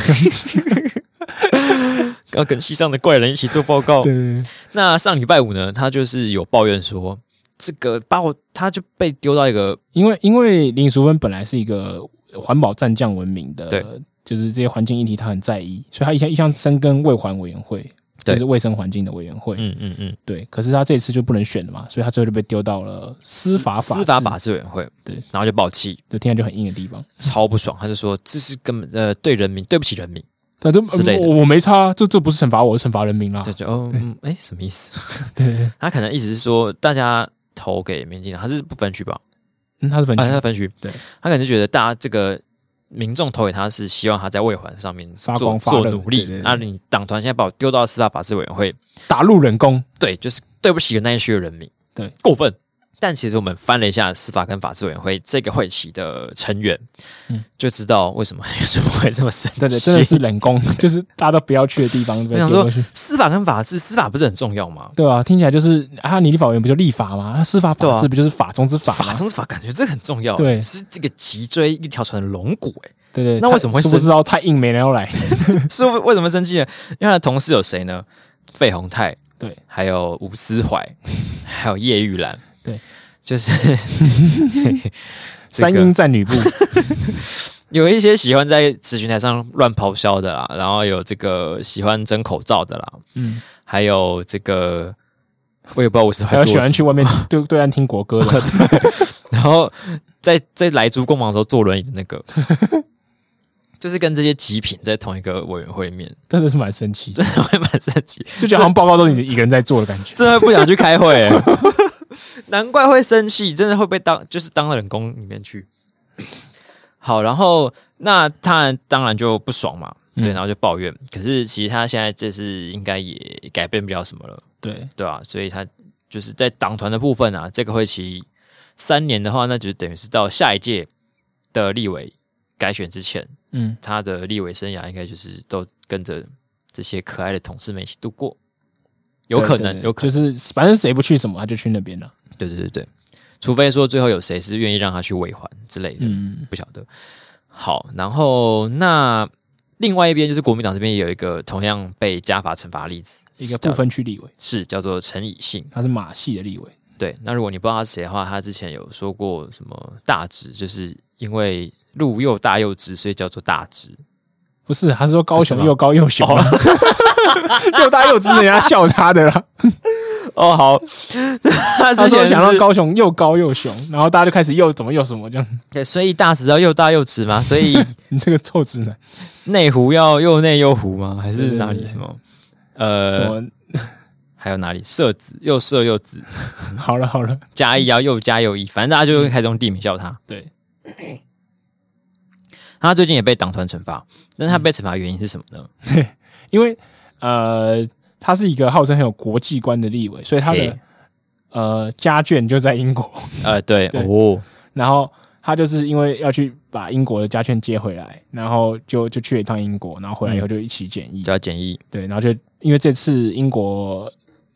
要跟西上的怪人一起做报告。
对对对，
那上礼拜五呢，他就是有抱怨说，这个报他就被丢到一个
因为因为林淑芬本来是一个环保战将闻名
对
的，就是这些环境议题他很在意，所以他一向一向深耕卫环委员会。
对
就是卫生环境的委员会。
嗯嗯嗯，
对，可是他这次就不能选了嘛，所以他最后就被丢到了司法法
司法
制
法制委员会，
对，
然后就爆气，
就听起来就很硬的地方。
超不爽，他就说这是根本呃对人民对不起人民，
对，这嗯
之类的
我我没差，啊这这不是惩罚我，是惩罚人民啦
就。觉得哦嗯哎什么意思？
对，
他可能意思是说大家投给民进党，他是不分区吧？
嗯，他是粉
啊，他
区
分区，
对，
他可能觉得大家这个民众投给他是希望他在外环上面
发
做
光发
做
热
努
对对
力，
对
那你党团现在把我丢到司法法制委员会，
打路人工，
对，就是对不起那一区的人民，
对，
过分。但其实我们翻了一下司法跟法制委员会这个会期的成员，
嗯
就知道为什么 为什么会这么生气。
对对，真的是人工， 就是大家都不要去的地方 被
我想
丢
说
过去。
司法跟法制，司法不是很重要吗？
对啊，听起来就是啊，你立法委员不就立法吗？那司法
对
法
啊
制不就是法中之法
法
吗？
上司法感觉这个很重要，
对
是这个脊椎一条船的龙骨、欸，
对对，
那
他
为什么会
殊不
生
知道太硬没人 要来？
是为为什么生气呢？因为他的同事有谁呢？费宏泰，
对，
还有吴思怀，还有叶玉兰，
对，
就是这个
三英战 吕布，
有一些喜欢在咨询台上乱咆哮的啦，然后有这个喜欢争口罩的啦，
嗯，
还有这个我也不知道吴思
还
怀
有
做
喜
了什
欢
么，
去外面 对对岸听国歌的，
然后在在来珠工忙的时候坐轮椅的那个。 就是跟这些极品在同一个委员会里面，
真的是蛮神奇，
真的会蛮神奇。
就觉得好像报告都是你一个人在做的感觉。
真的不想去开会、欸， 难怪会生气，真的会被当就是当到人工里面去。好，然后那他当然就不爽嘛，
嗯
对，然后就抱怨。可是其实他现在就是应该也改变不了什么了，
对，
对吧、所以他就是在党团的部分啊，这个会期三年的话，那就等于是到下一届的立委改选之前，
嗯，
他的立委生涯应该就是都跟着这些可爱的同事们一起度过，有可
对对
能，
对
有可能。
就是反正谁不去什么，他就去那边了。
对对对对，除非说最后有谁是愿意让他去尾环之类的，
嗯，
不晓得。好，然后那另外一边就是国民党这边也有一个同样被加法惩罚例子，
一个
叫
不分区立委，
是叫做陈以信。
他是马系的立委，
对，那如果你不知道他是谁的话，他之前有说过什么大直，就是因为路又大又直，所以叫做大直。
不是，他是说高
不是
雄
吗哦
又高又雄啊， 又大又直，人家笑他的啦。
哦，好， 他
他
之
说
前
想让
是
高雄又高又雄，然后大家就开始又怎么又什么这样，
对，所以大直要又大又直嘛，所以
你这个臭直男，
内湖要又内又湖吗？还
对
是
对
哪里
对
什么？呃，
什么？
还有哪里社子又社又子，
好了好 了，
加一要啊又加又一，反正大家就开始用地名笑他。
对，
他最近也被党团惩罚，但他被惩罚的原因是什么呢？
因为呃，他是一个号称很有国际观的立委，所以他的
嘿
呃家眷就在英国，
呃，对，
嗯对
哦，
然后他就是因为要去把英国的家眷接回来，然后就就去了一趟英国，然后回来以后就一起检疫，
就要简易，
对，然后就因为这次英国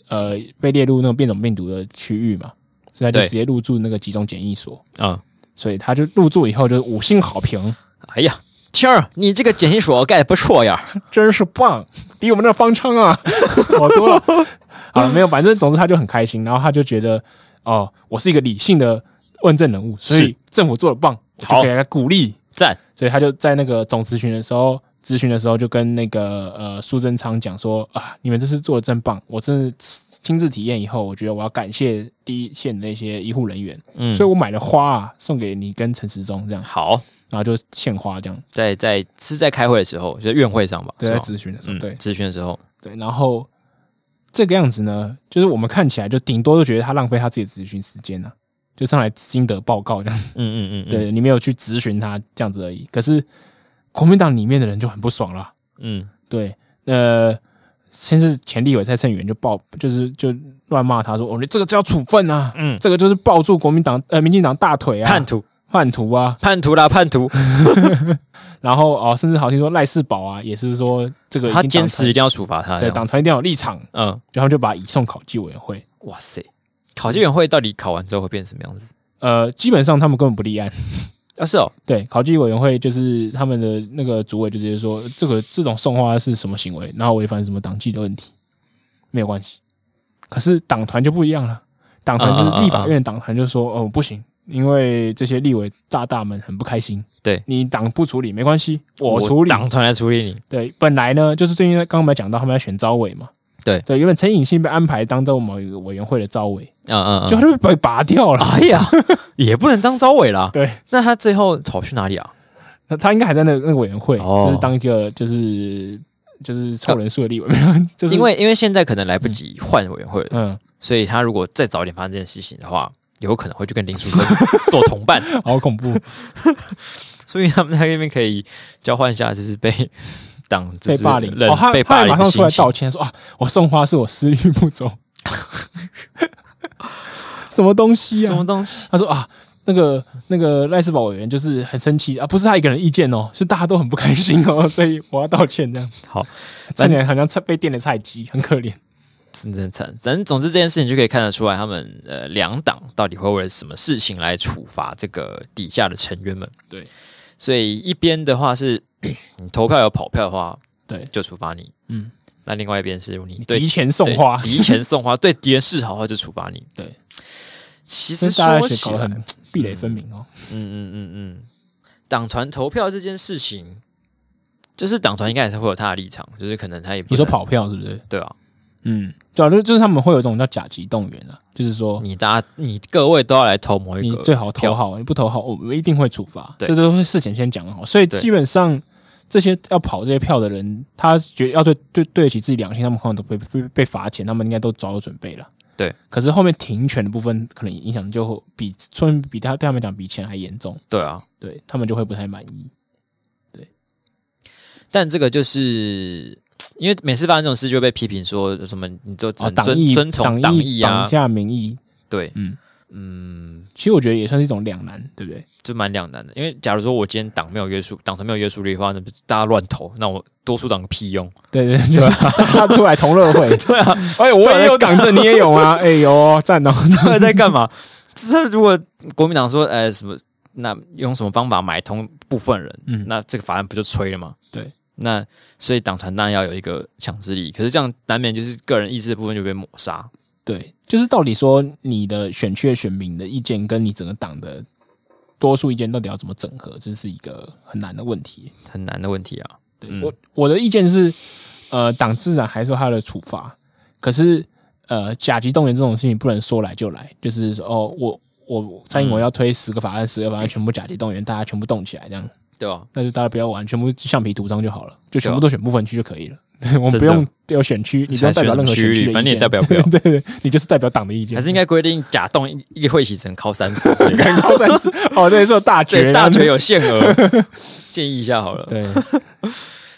呃被列入那种变种病毒的区域嘛，所以他就
对
直接入住那个集中检疫所，
嗯，
所以他就入住以后就是五星好评，
哎呀，青儿，你这个简易所盖的不错呀，
真是棒，比我们那方舱啊 好多了。好了，没有，反正总之他就很开心，然后他就觉得哦，我是一个理性的问政人物，所以
是
政府做的棒，我就
好
给他鼓励。
赞，
所以他就在那个总咨询的时候，咨询的时候就跟那个呃苏贞昌讲说啊，你们这次做的真棒，我真的亲自体验以后，我觉得我要感谢第一线的那些医护人员，
嗯，
所以我买了花啊送给你跟陈时中这样，
好，
然后就献花这样，
在在是在开会的时候，就是院会上吧，
对，
是
在
吗
咨询的时候，
嗯，
对
咨询的时候，
对，然后。这个样子呢，就是我们看起来就顶多就觉得他浪费他自己的咨询时间了、啊，就上来心得报告这样。
嗯嗯嗯，嗯，
对你没有去咨询他这样子而已。可是国民党里面的人就很不爽了，
嗯，
对，呃，先是前立委蔡正元就爆，就是就乱骂他说：“哦，你这个就要处分啊，
嗯
这个就是抱住国民党呃民进党大腿啊，
叛徒，
叛徒啊。
叛徒啦，叛徒，”
然后哦，甚至好像说赖世宝啊，也是说这个已
他
经
坚
党
持一
团
定要处罚他，这
对
样
党团一定要有立场，
嗯，
然后就把移送考纪委员会。
哇塞，考纪委员会到底考完之后会变什么样子？
呃，基本上他们根本不立案，
啊，是哦，
对，考纪委员会就是他们的那个主委就直接说，这个这种送花是什么行为，然后违反什么党纪的问题，没有关系。可是党团就不一样了，党团就
嗯嗯
是
嗯
立法院的党团就说，哦，不行，因为这些立委大大们很不开心，
对
你党不处理没关系，我处理。
党团来处理你，
对，本来呢，就是最近刚刚我们讲到他们要选招委嘛，
对
对，原本陈颖信被安排当做某一个委员会的招委，
嗯嗯
就
嗯，
他就被拔掉了。
哎 呀，也不能当招委啦。
对，
那他最后跑去哪里啊？
那他应该还在那个那个委员会，
哦
就是当一个就是就是凑人数的立委，没有， 就是
因为因为现在可能来不及换委员会了，
嗯，
所以他如果再早一点发生这件事情的话，有可能会去跟林淑芬 做同 伴，
好恐怖，
所以他们在那边可以交换一下，就是被党 就
被
是
霸凌，
人
哦，他
被
他
霸
也
凌
马
的
上出
心
来
情
道。歉说啊，我送花是我思虑不周， 什么东西
什么
啊？
东西？
他说啊。那个那个赖世宝委员就是很生气啊，不是他一个人意见哦，是大家都很不开心哦， 所以我要道歉这样。
好，
差点好像菜被电的菜鸡，很可怜。
真真惨。反正总之这件事情就可以看得出来，他们呃两党到底会为了什么事情来处罚这个底下的成员们。
对，
所以一边的话是 你投票有跑票的话，
对
就处罚你。
嗯，
那另外一边是你对
提前送花，
对敌前送 花，对敌人示好的话就处罚你。
对，
其
这
实
大家
说
学
起
搞得
来，
很壁垒分明哦。
嗯嗯嗯嗯，党团投票这件事情，就是党团应该还是会有他的立场，就是可能他也不
你说
能
跑票是不是？
对啊，
嗯，对啊，就就是他们会有一种叫甲级动员啊，就是说
你大家你各位都要来投某一
你
个，
最好投
票
好，你不投好，我们一定会处罚。
对
这都是事前先讲好，所以
对
基本上这些要跑这些票的人，他觉得要对对对得起自己良心，他们可能都被被被罚钱，他们应该都早有准备了。
对，
可是后面停权的部分，可能影响就会比说明比他对他们讲比钱还严重，
对啊，
对他们就会不太满意。
但这个就是因为每次发生这种事，就会被批评说什么你都只
啊，
能
党
遵、
意、
遵从
党
党意啊
绑，架民意，
对，
嗯
嗯，
其实我觉得也算是一种两难，对不对？
这蛮两难的。因为假如说我今天党没有约束，党团没有约束力的话，那不是大家乱投，那我多数党个屁 用？
对对，啊就是大家出来同乐会，
对啊，
哎，我也有党证，你也有 吗？哎呦，赞哦！
到底在干嘛？就是如果国民党说，呃，什么那用什么方法买通部分人，
嗯
那这个法案不就吹了吗？
对，
那所以党团当然要有一个强制力，可是这样难免就是个人意志的部分就被抹杀。
对，就是到底说你的选区的选民的意见跟你整个党的多数意见到底要怎么整合，这是一个很难的问题。
很难的问题啊。
对、
嗯
我我的意见是，呃，党自然还是有他的处罚，可是呃，甲级动员这种事情不能说来就来，就是说哦，我我蔡英文要推十个法案，十个法案全部甲级动员，大家全部动起来这样。
对啊，
那就大家不要玩，全部橡皮图章就好了，就全
对
部
啊
都选部分区就可以了。 对，我们
真
不
的
用有选区，你不用代表任何选
还选什么区域
区的意见
反正你也代表不了
对对，对你就是代表党的意见。
还是应该规定假动一一个会期只能靠三 次之类的，
敢高三尺？哦，对，是有大
对，
决
大学有限额， 建议一下好了。
对，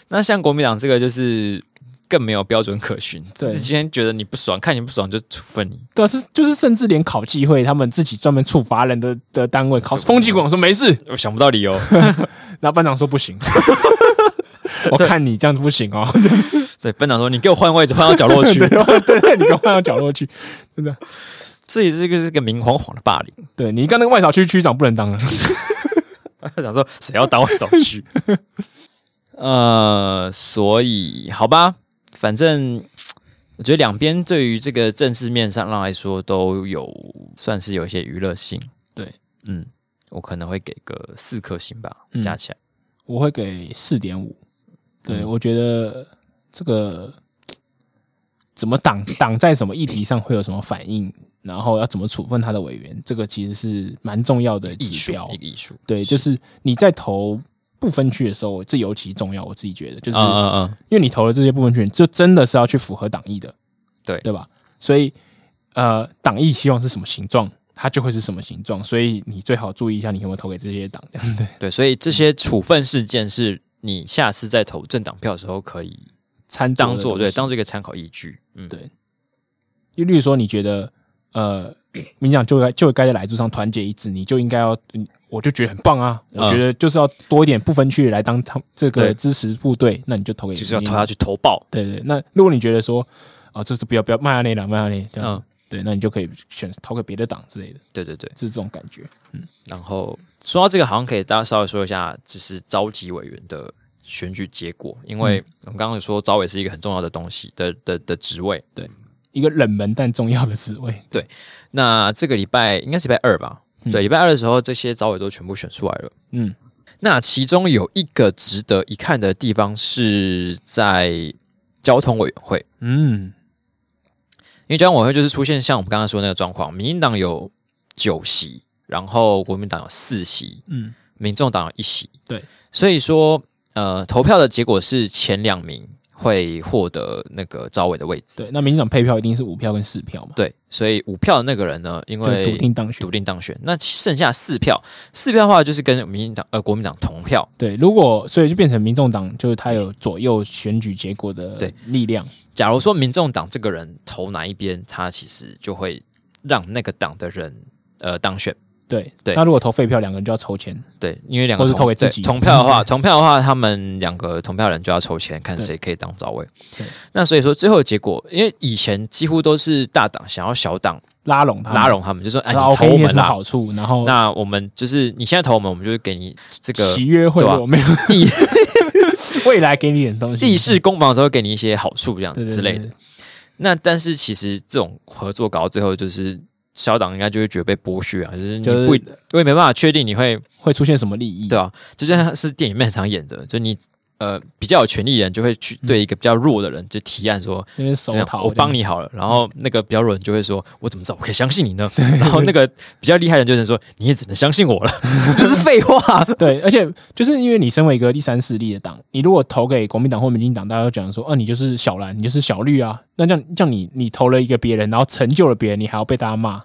那像国民党这个就是更没有标准可循，
对
自己今天觉得你不爽，看你不爽就处分你，
对啊，是就是，甚至连考纪会他们自己专门处罚人的的单位考，风纪广说没事，
我想不到理 由。
然后班长说不行。 我看你这样子不行哦，
对，班长说你给我换位置，换到角落去
对，对对，你给我换到角落去，真的，
所以这个是个明晃晃的霸凌。
对你刚那个外小区区长不能当啊了，
想说谁要当外扫区？ 呃，所以好吧，反正我觉得两边对于这个政治面上来说都有算是有一些娱乐性。
对，
嗯，我可能会给个四颗星吧，
嗯
加起来。
我会给四点五。对、
嗯
我觉得这个怎么 党党在什么议题上会有什么反应，然后要怎么处分他的委员，这个其实是蛮重要的
艺术
指标
一。个艺术，
对，就是你在投不分区的时候，这尤其重要。我自己觉得，就是
嗯嗯嗯，
因为你投了这些部分权，就真的是要去符合党意的，
对
对吧？所以呃，党意希望是什么形状，它就会是什么形状。所以你最好注意一下，你有没有投给这些党。
对，所以这些处分事件是你下次在投政党票的时候可以
参
当做
做
对当做一个参考依据。嗯，
对就例如说，你觉得呃，民进党就该就该在来柱上团结一致，你就应该要，嗯我就觉得很棒啊！
嗯
我觉得就是要多一点不分区来当他这个
对
支持部队，那你就投给
就是要
民进
投
党
下去投报。
对对，那如果你觉得说啊、这是不要不要迈阿密了，迈阿啊密，这样、
嗯，
对，那你就可以选投给别的党之类的，
对对对。
是这种感觉。
然后说到这个，好像可以大家稍微说一下，就是召集委员的选举结果，因为
嗯
我们刚刚有说招委是一个很重要的东西的的的职位。
一个冷门但重要的职位，
那这个礼拜应该是礼拜二吧？
嗯
对，礼拜二的时候，这些招委都全部选出来了。
嗯，
那其中有一个值得一看的地方是在交通委员会，
嗯，
因为交委会就是出现像我们刚刚说的那个状况，民进党有九席，然后国民党有四席，
嗯，
民众党有一席，
对，
所以说呃，投票的结果是前两名会获得那个招委的位置，
对，那民进党配票一定是五票跟四票嘛，
对，所以五票的那个人呢，因
就
为
笃定当选
笃。定当选，那剩下四票，四票的话就是跟民进党呃国民党同票，
对，如果所以就变成民众党，就是他有左右选举结果的
对
力量。
假如说民众党这个人投哪一边，他其实就会让那个党的人呃当选。
对
对
那如果投废票，两个人就要抽签。
对，因为两个
或是
同
投给自
对
己
同票的话，同票的话，他们两个同票人就要抽签，看谁可以当早位
对。
那所以说最后的结果，因为以前几乎都是大党想要小党
拉拢他们，
拉拢他们，就说哎，
啊然后
你投
给
我
你有
们
什么
啦。
好处，然后
那我们就是你现在投我们，我们就是给你这 个
喜约会
对啊吧
我没有
意
未来给你点东西，
立式攻防的时候给你一些好处，这样
对
子
对
之类
对
的
对。
那但是其实这种合作搞到最后，就是小党应该就会觉得被剥削啊，就是你
就是
不，我也没办法确定你会
会出现什么利益？
对啊，就像是电影里面很常演的，就你呃比较有权利的人就会去对一个比较弱的人就提案说。
嗯这嗯边手
怎么样？
讨
我帮，你好了。然后那个比较弱的人就会说：“我怎么知道我可以相信你呢？”然后那个比较厉害的人就是说：“你也只能相信我了。” 就是废话。
对，而且就是因为你身为一个第三势力的党，你如果投给国民党或民进党，大家都讲说，哦、你就是小蓝，你就是小绿啊，那这样这样你你投了一个别人，然后成就了别人，你还要被大家骂，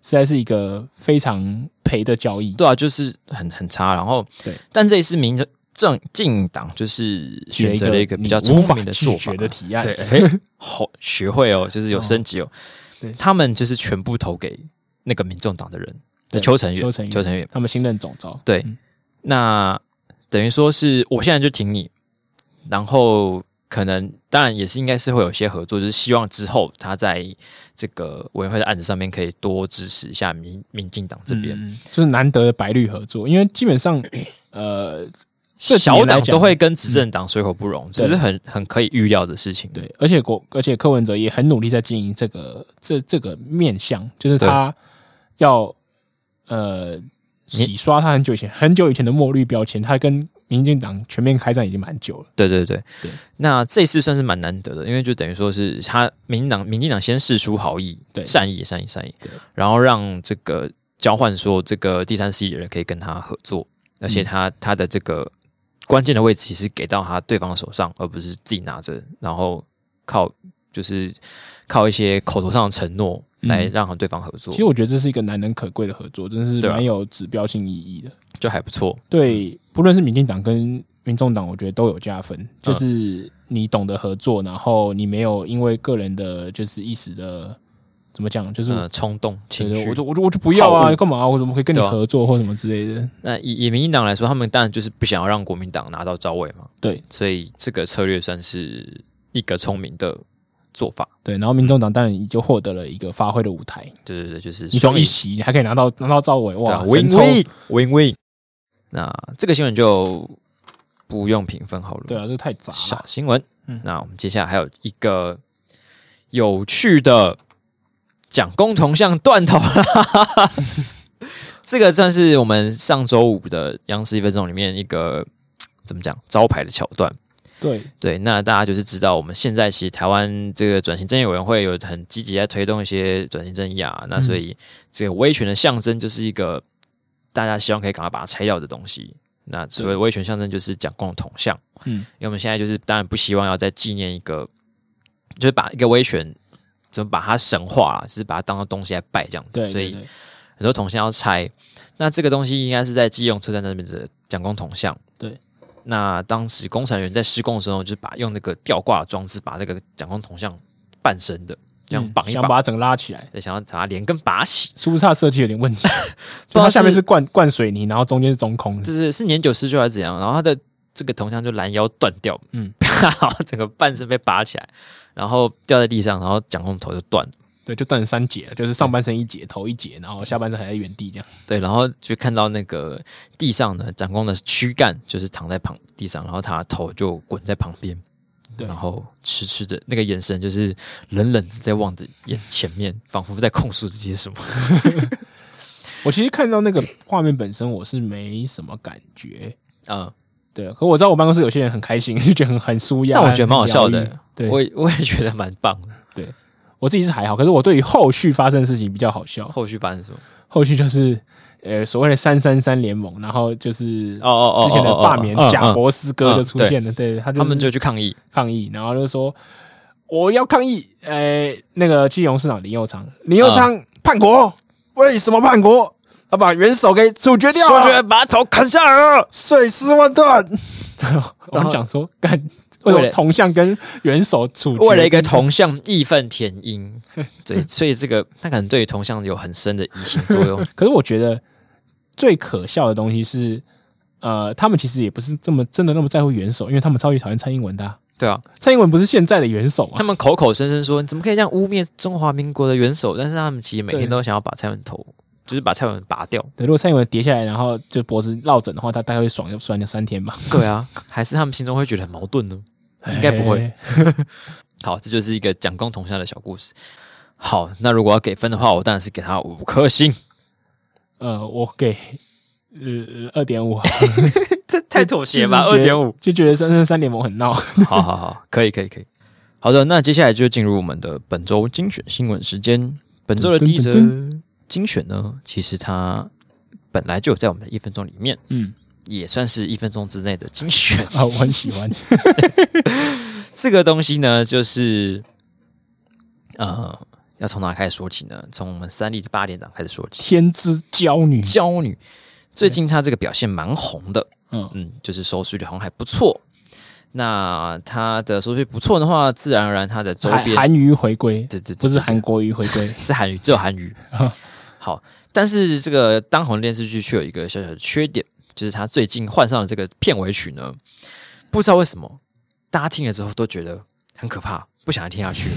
实在是一个非常赔的交易。
对啊，就是很很差。然后，
对，
但这一次民政进党就是选择了一个比较
你无
聪
法
明的
拒
做法
绝，的提案，
对， 哎好学会哦，就是有升级哦。
对
他们就是全部投给那个民众党的人，
对
邱成远，
邱成远
邱成远。
他们新任总召，
对，
嗯
那等于说是我现在就挺你，然后可能当然也是应该是会有一些合作，就是希望之后他在这个委员会的案子上面可以多支持一下民民进党这边。
嗯就是难得的白绿合作，因为基本上， 呃，这几
小
年来
党
讲嗯
都会跟执政党水火不容，这
对
是很很可以预料的事情。
对，而且国，而且柯文哲也很努力在经营这个这这个面向，就是他要呃洗刷他很久以前很久以前的墨绿标签，他跟民进党全面开战已经蛮久了。
对对对
对
那这次算是蛮难得的，因为就等于说是他民进党民进党先试出好意，
对
善意善意善意
对，
然后让这个交换说这个第三势力的人可以跟他合作，而
嗯
且他、他的这个关键的位置其实给到他对方手上，而不是自己拿着，然后靠就是靠一些口头上的承诺来
嗯
让和对方合作，
其实我觉得这是一个难能可贵的合作，真是
对啊
蛮有指标性意义的。
就还不错。嗯
对，不论是民进党跟民众党，我觉得都有加分。就是你懂得合作，然后你没有因为个人的就是一时的怎么讲，就是。
呃，冲动情
对
绪
我，就我就我就不要啊！
好恶
干嘛、我怎么可以跟你
对啊
合作或什么之类的？
那以以民进党来说，他们当然就是不想要让国民党拿到招位嘛。
对，
所以这个策略算是一个聪明的做法。
对，然后民众党当然也就获得了一个发挥的舞台，
对对对，就是
你
双
从
赢
一席，你还可以拿到拿到赵伟，
对啊
哇，
，win
神抽
win win win。那这个新闻就不用评分好了，
对啊，这太杂
小
了，
新闻。
嗯
那我们接下来还有一个有趣的蒋公铜像断头啦。 这个算是我们上周五的央视一分钟里面一个怎么讲招牌的桥段。
对，
对，那大家就是知道，我们现在其实台湾这个转型正义委员会有很积极在推动一些转型正义啊，
嗯
那所以这个威权的象征就是一个大家希望可以赶快把它拆掉的东西。那所谓威权象征就是蒋公的铜像，
嗯，
因为我们现在就是当然不希望要再纪念一个，就是把一个威权怎么把它神化啊，就是把它当做东西来拜这样子，
对，
所以
对对
很多铜像要拆。那这个东西应该是在基隆车站那边的蒋公铜像。
对。
那当时工程人员在施工的时候，就是把用那个吊挂的装置把那个蒋公铜像半身的这样
嗯
绑一
想
绑，
把它整个拉起来，
对，想要把它连根拔起。
是不是它的设计有点 问
知
题？就
道
它下面
是
是灌灌水泥，然后中间是中空
就
的，
是是年久失修还是怎样，然后他的这个铜像就拦腰断掉，嗯
嗯，
然后整个半身被拔起来，然后掉在地上，然后蒋公头就断了，
对，就断成三节了，就是上半身一节，头一节，然后下半身还在原地这样。
对，然后就看到那个地上呢，蒋公的躯干就是躺在旁地上，然后他的头就滚在旁边，
对
然后痴痴的那个眼神就是冷冷的在望着眼前面，仿佛在控诉这些 什么。
我其实看到那个画面本身，我是没什么感觉。
嗯，
对，啊可我知道我办公室有些人很开心，就觉得很很舒压，
但我觉得蛮好笑
很疗愈
的。
对，
我也我也觉得蛮棒的。
对，我自己是还好，可是我对于后续发生的事情比较好笑。
后续发生什么？
后续就是呃所谓的三三三联盟，然后就是
哦哦哦，
之前的罢免
哦哦
贾
嗯嗯
博士哥就出现了，对他
他们
是
就去抗议，
抗议，然后就说我要抗议，呃，那个基隆市长林佑昌，林佑
啊
昌叛国，为什么叛国？他把元首给处决掉
说
了，
是把头砍下来了，
碎尸万段。我们想说，干
为
为什么
了
铜像跟元首处决？
为了一个铜像义愤填膺，对，所以这个他可能对于铜像有很深的移情作 用。
可是我觉得最可笑的东西是，呃，他们其实也不是这么真的那么在乎元首，因为他们超级讨厌蔡英文的啊、
对啊，
蔡英文不是现在的元首
他
啊，
们口口声声说你怎么可以这样污蔑中华民国的元首，但是他们其实每天都想要把蔡文头，就是把蔡文拔掉。
对，如果蔡英文跌下来，然后就脖子落枕的话，他大概会爽酸三天吧？
对啊，哎还是他们心中会觉得很矛盾呢？应该不会。好，这就是一个蒋公铜像的小故事。好，那如果要给分的话，我当然是给他五颗星，
呃，我给呃二点五，
这太妥协
吧2.5，就 觉得三三三联盟很闹。
好好好，可以可以可以。好的，那接下来就进入我们的本周精选新闻时间。本周的第一则
噔噔
精选呢，其实它本来就有在我们的一分钟里面，
嗯，
也算是一分钟之内的精选。
啊，我很喜欢。
这个东西呢，就是呃，要从哪开始说起呢？从我们三立的八点档开始说起。
天之娇 女，
娇女最近她这个表现蛮红的，
嗯，
嗯，就是收视率好像还不错。那她的收视率不错的话，自然而然她的周
韩
边，
韩娱回归，
对对对，
不是
对对。
韩国瑜回归
是韩语，只有韩语。好，但是这个当红电视剧却有一个小小的缺点，就是它最近换上了这个片尾曲呢，不知道为什么，大家听了之后都觉得很可怕，不想再听下 去了。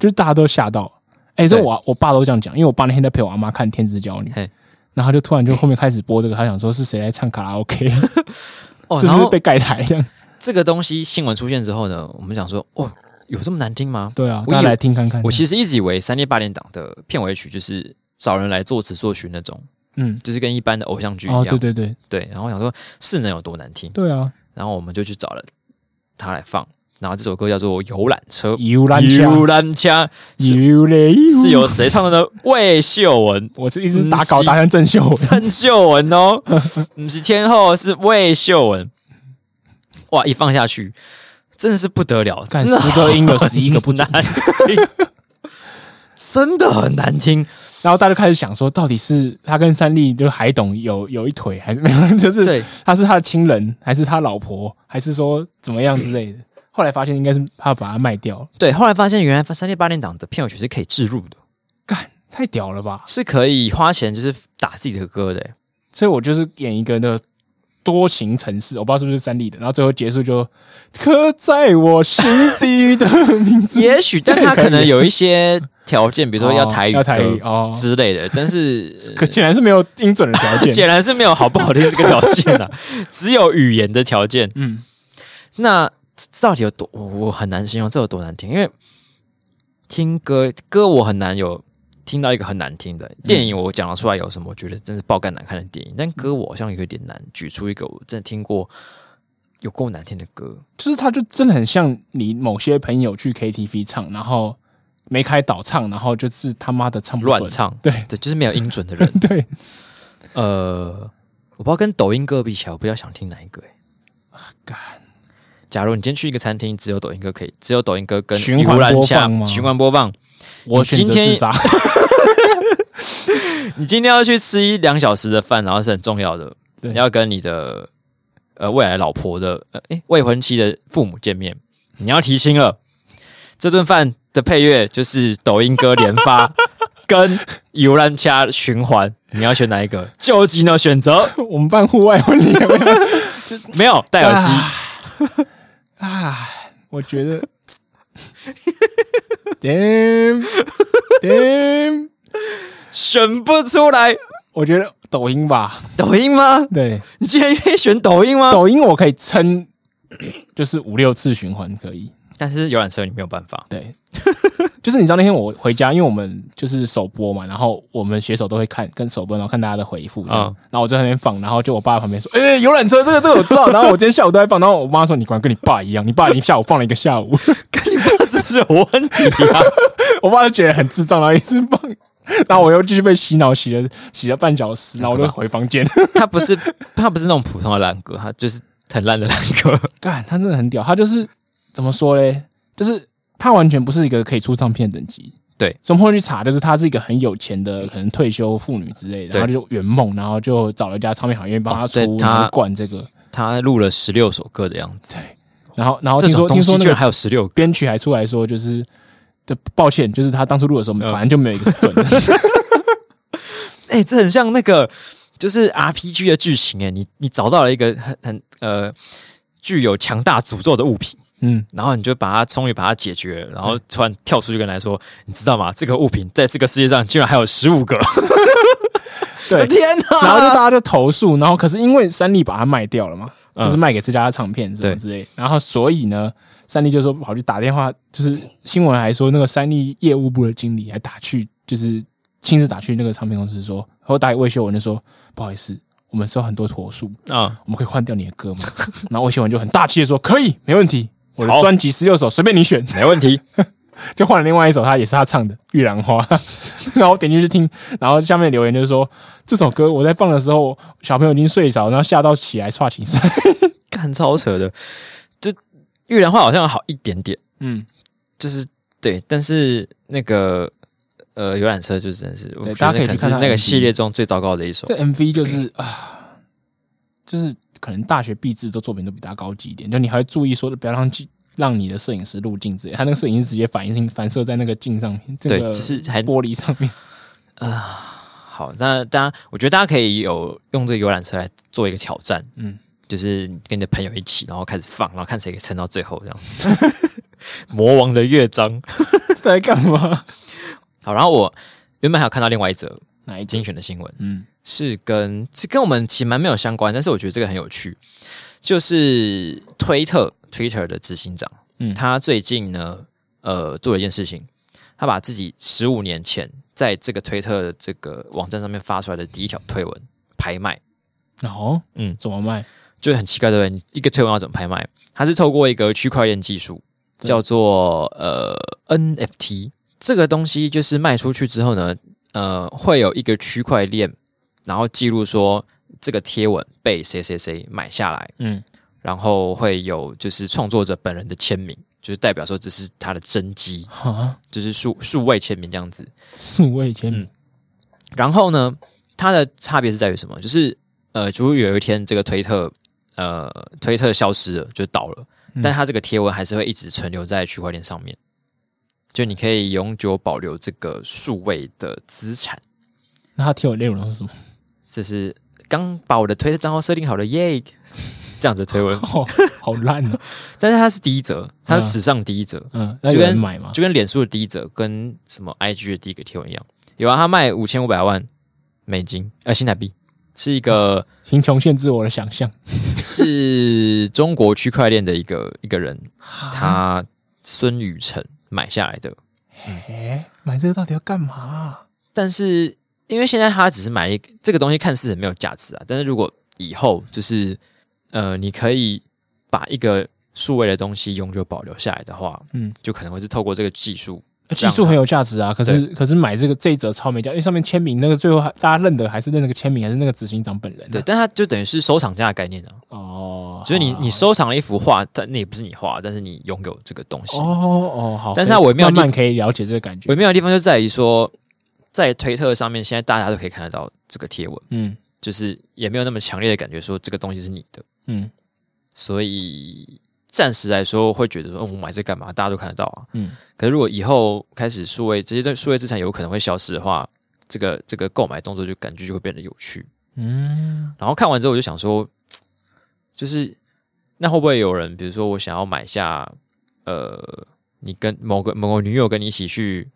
就是大家都吓到。哎、这
对
我我爸都这样讲，因为我爸那天在陪我阿妈看《天之娇女
嘿》，
然后他就突然就后面开始播这个，他想说是谁来唱卡拉 OK，、
哦，
是
然
不是
后
被盖台这样？
这个东西新闻出现之后呢，我们想说，哦，有这么难听 吗？
对啊，
我以为
大家来听看看。
我其实一直以为三立八点档的片尾曲就是找人来作词作曲那种，
嗯，
就是跟一般的偶像剧一样，
哦，对对对
对。然后我想说，是能有多难听？
对啊，
然后我们就去找了他来放。然后这首歌叫做《游览车》，
游览车，
游览车是
游啊嘞，，
是嗯由谁唱的呢？魏秀文
我是一直打稿打向郑秀文，
郑秀文哦，不是天后，是魏秀文。哇，一放下去，真的是不得了，
干
真的
十个音有
很
11个不准
难听，真的很难听。
然后大家就开始想说，到底是他跟三立就是海董有有一腿，还是没有？ 就是
对，
他是他的亲人，还是他老婆，还是说怎么样之类的？后来发现应该是他把它卖掉了，
对，后来发现原来三六八零档的片尾曲是可以置入的，
太屌了吧！
是可以花钱就是打自己的歌的。
所以我就是演一个那个多情城市，我不知道是不是三立的，然后最后结束就刻在我心底的名字，
也许，但他
可以
可能有一些条件，比如说要台语、
哦要台语哦，
之类的，但 是呃
可显然是没有音准的条 件。
显然是没有好不好听这个条件 了、只有语言的条件。
嗯，
那这到底有多？我我很难形容这有多难听，因为听歌歌我很难有听到一个很难听
嗯
的电影，我讲得出来有什么，我觉得真是爆肝难看的电影。但歌我好像有点难举出一个我真的听过有够难听的歌。
就是他就真的很像你某些朋友去 KTV 唱，然后没开导唱，然后就是他妈的唱不准
乱，唱，
对。
对，就是没有音准的人
对，
呃，我不知道跟抖音歌比起来，我比较想听哪一个、欸。
干
假如你今天去一个餐厅，只有抖音歌可以，只有抖音歌跟
循环
游览
播
恰
放吗
循环播放。
我选
今
择
天
自杀。
你今天要去吃一两小时的饭，然后是很重要的，
对
你要跟你的呃未来老婆的呃诶未婚妻的父母见面，你要提亲了。这顿饭的配乐就是抖音歌连 发跟游览恰循环，你要选哪一个？究极的选择
我们办户外婚礼有没有
没有戴耳机，
啊？我觉 得，damn damn，
选不出来。
我觉得抖音吧，
抖音吗？
对，
你竟然愿意选抖音吗？
抖音我可以撑，就是五六次循环可以。
但是游览车你没有办法。
对，就是你知道那天我回家，因为我们就是首播嘛，然后我们写手都会看跟首播，然后看大家的回复这样。
嗯
然后我就在那边放，然后就我爸在旁边说：“哎、游览车这个这个我知道。”然后我今天下午都在放，然后我妈说：“你果然跟你爸一样，你爸已经下午放了一个下午。”
跟你爸是不是有问题啊？
我爸就觉得很智障，然后一直放，然后我又继续被洗脑，洗了洗了半小时，然后我就回房间。
他不是他不是那种普通的烂歌，他就是很烂的烂歌。
干，他真的很屌，他就是怎么说嘞？就是他完全不是一个可以出唱片的等级。
对，
所以我们会去查，就是他是一个很有钱的，可能退休妇女之类的，
对
然后就圆梦，然后就找了一家唱片行愿意帮他
哦
出，
对他
然后灌这个，
他录了十六首歌的样子，
然后然后
这
听
种
说
东
听
西
说那
居然
个
还有十六个，
编曲还出来说，就是对，抱歉，就是他当初录的时候，
嗯
反正就没有一个是准的，
哎、这很像那个就是 RPG 的剧情哎、你你找到了一个很很呃具有强大诅咒的物品。
嗯，
然后你就把它终于把它解决了，然后突然跳出去跟人家说，你知道吗？这个物品在这个世界上居然还有十五个，。
对
天哪！
然后就大家就投诉，然后可是因为三立把它卖掉了嘛，
嗯
就是卖给这家唱片什么
对
之类，然后所以呢，三立就说跑去打电话，就是新闻还说那个三立业务部的经理还打去，就是亲自打去那个唱片公司说，然后打给魏秀文就说不好意思，我们收很多投诉，
啊、
我们可以换掉你的歌吗？然后魏秀文就很大气的说可以，没问题。我的
好
专辑十六首，随便你选，
没问题。
就换了另外一首，他也是他唱的《玉兰花》， 然后我点进去听，然后下面留言就是说这首歌我在放的时候，小朋友已经睡着，然后吓到起来刷寝室。
干超扯的。就玉兰花好像好一点点，
嗯，
就是对，但是那个呃游览车就真的是，我
对
觉
大家
得
可以
那
去
可能
看
是
它
那个
MV
系列中最糟糕的一首。
这 MV 就是啊，就是可能大学毕制都作品都比他高级一点，就你还会注意说不要让镜让你的摄影师入镜之类，他那个摄影师直接反应反射在那个镜上面，这
对，
个
就是还
玻璃上面。
好。那大家，我觉得大家可以有用这个游览车来做一个挑战，
嗯，
就是跟你的朋友一起，然后开始放，然后看谁可以撑到最后这样子。 魔王的乐章。
这在干嘛？
好，然后我原本还有看到另外一则
哪一集？
精选的新闻，
嗯
是跟这跟我们其实蛮没有相关，但是我觉得这个很有趣，就是推特 Twitter 的执行长，
嗯
他最近呢，呃，做了一件事情，他把自己十五年前在这个推特的这个网站上面发出来的第一条推文拍卖，
哦，
嗯
嗯，怎么卖？
就很奇怪，对不对？你一个推文要怎么拍卖？它是透过一个区块链技术
对
叫做呃 NFT 这个东西，就是卖出去之后呢，呃，会有一个区块链，然后记录说这个贴文被谁谁谁买下来，
嗯
然后会有就是创作者本人的签名，就是代表说这是他的真迹，
哈，
就是数数位签名这样子。
数位签名。
然后呢，它的差别是在于什么？就是呃，如果有一天这个推特呃推特消失了，就倒了，
嗯
但它这个贴文还是会一直存留在区块链上面，就你可以永久保留这个数位的资产。
那他贴我内容是什么？，
这是刚把我的推特账号设定好了耶， 这样子的推文
哦，好烂 哦。
但是它是第一则，它是史上第一则，
嗯，那
就
有
跟
人买吗？
就跟脸书的第一则跟什么 IG 的第一个贴文一样，有啊，它卖五千五百万美金，呃，新台币。是一个
贫穷限制我的想象。
是中国区块链的一个一个人，他孙宇晨买下来的。
哎，买这个到底要干嘛啊？
但是因为现在他只是买了一个这个东西，看似很没有价值啊。但是如果以后就是呃，你可以把一个数位的东西永久保留下来的话，嗯
嗯，
就可能会是透过这个技术，
呃技术很有价值啊，可是可是买这个这一则超没价，因为上面签名那个最后还大家认得还是认那个签名，还是那个执行长本人、啊
对，，但它就等于是收藏家的概念啊。
哦，
所以你
好
你收藏了一幅画，但那也不是你画，但是你拥有这个东西。
哦哦好，
但是它
可以
微妙的
慢
地
慢可以了解这个感觉
微。妙的地方就在于说，在推特上面，现在大家都可以看得到这个贴文。
嗯
就是也没有那么强烈的感觉说这个东西是你的，
嗯
所以暂时来说会觉得说，哦我买这干嘛？大家都看得到啊。
嗯，
可是如果以后开始数位这些数位资产有可能会消失的话，这个这个购买动作就感觉就会变得有趣。
嗯，
然后看完之后我就想说，嗯就是那会不会有人，比如说我想要买下，呃，你跟某个某个女友跟你一起去，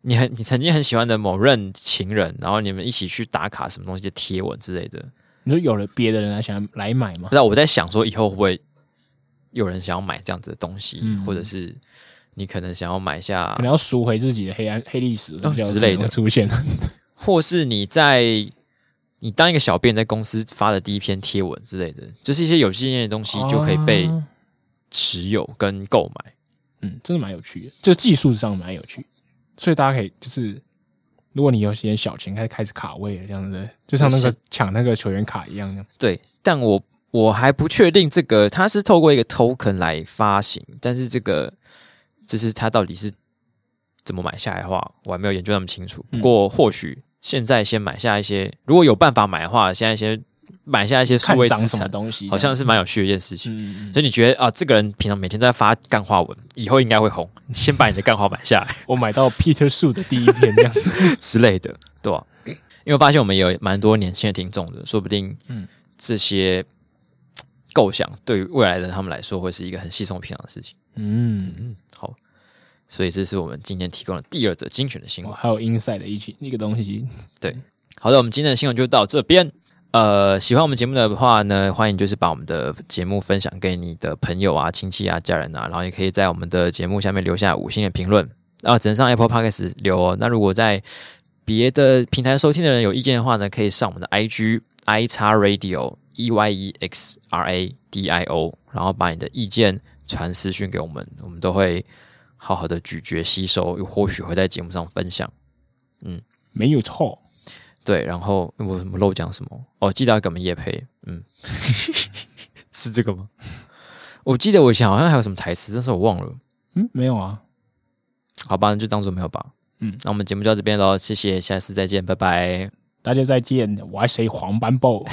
你很你曾经很喜欢的某任情人，然后你们一起去打卡什么东西的贴文之类的，
你说有了别的人来想来买吗
不？知道我在想说，以后会不会有人想要买这样子的东西，
嗯
或者是你可能想要买下
可，能要赎回自己的黑暗黑历史
哦之类的
出现。
或是你在你当一个小编在公司发的第一篇贴文之类的，就是一些有纪念的东西就可以被
哦
持有跟购买。
嗯，真的蛮有趣的，这技术上蛮有趣。所以大家可以就是，如果你有些小钱，开始开始卡位了这样子，就像那个
是
抢那个球员卡一样这样。
对，但我我还不确定这个它是透过一个 token 来发行，但是这个就是它到底是怎么买下来的话，我还没有研究那么清楚。不
嗯
过或许现在先买下一些，如果有办法买的话，现在先买下一些数
看
位
涨
资
什么
产，
东西这样，
好像是蛮有趣的一件事情。
嗯，嗯嗯
所以你觉得啊，这个人平常每天都在发干话文，以后应该会红，先把你的干话买下来。
我买到 Peter Su 的第一篇这样子。
之类的，对吧、因为我发现我们有蛮多年轻的听众的，说不定
嗯
这些嘖构想对于未来的他们来说，会是一个很稀松平常的事情。
嗯，
嗯，好，所以这是我们今天提供的第二则精选的新
我
闻。
还有 Inside 的一起一个东西，
好的，我们今天的新闻就到这边。呃，喜欢我们节目的话呢，欢迎就是把我们的节目分享给你的朋友啊、亲戚啊、家人啊，然后也可以在我们的节目下面留下五星的评论啊，只能上 Apple Podcast 留哦。那如果在别的平台收听的人有意见的话呢，可以上我们的 IG i x radio e y e x r a d i o，然后把你的意见传私讯给我们，我们都会好好的咀嚼吸收，或许会在节目上分享。
没有错。
对，然后我什么漏讲什么？哦，记得要给我们叶配，嗯， 是这个吗？我记得我以前好像还有什么台词，但是我忘了。
嗯，没有啊。
好吧，那就当做没有吧。
嗯，
那我们节目就到这边喽，谢谢，下次再见，拜拜。
大家再见，我爱谁黄斑豹。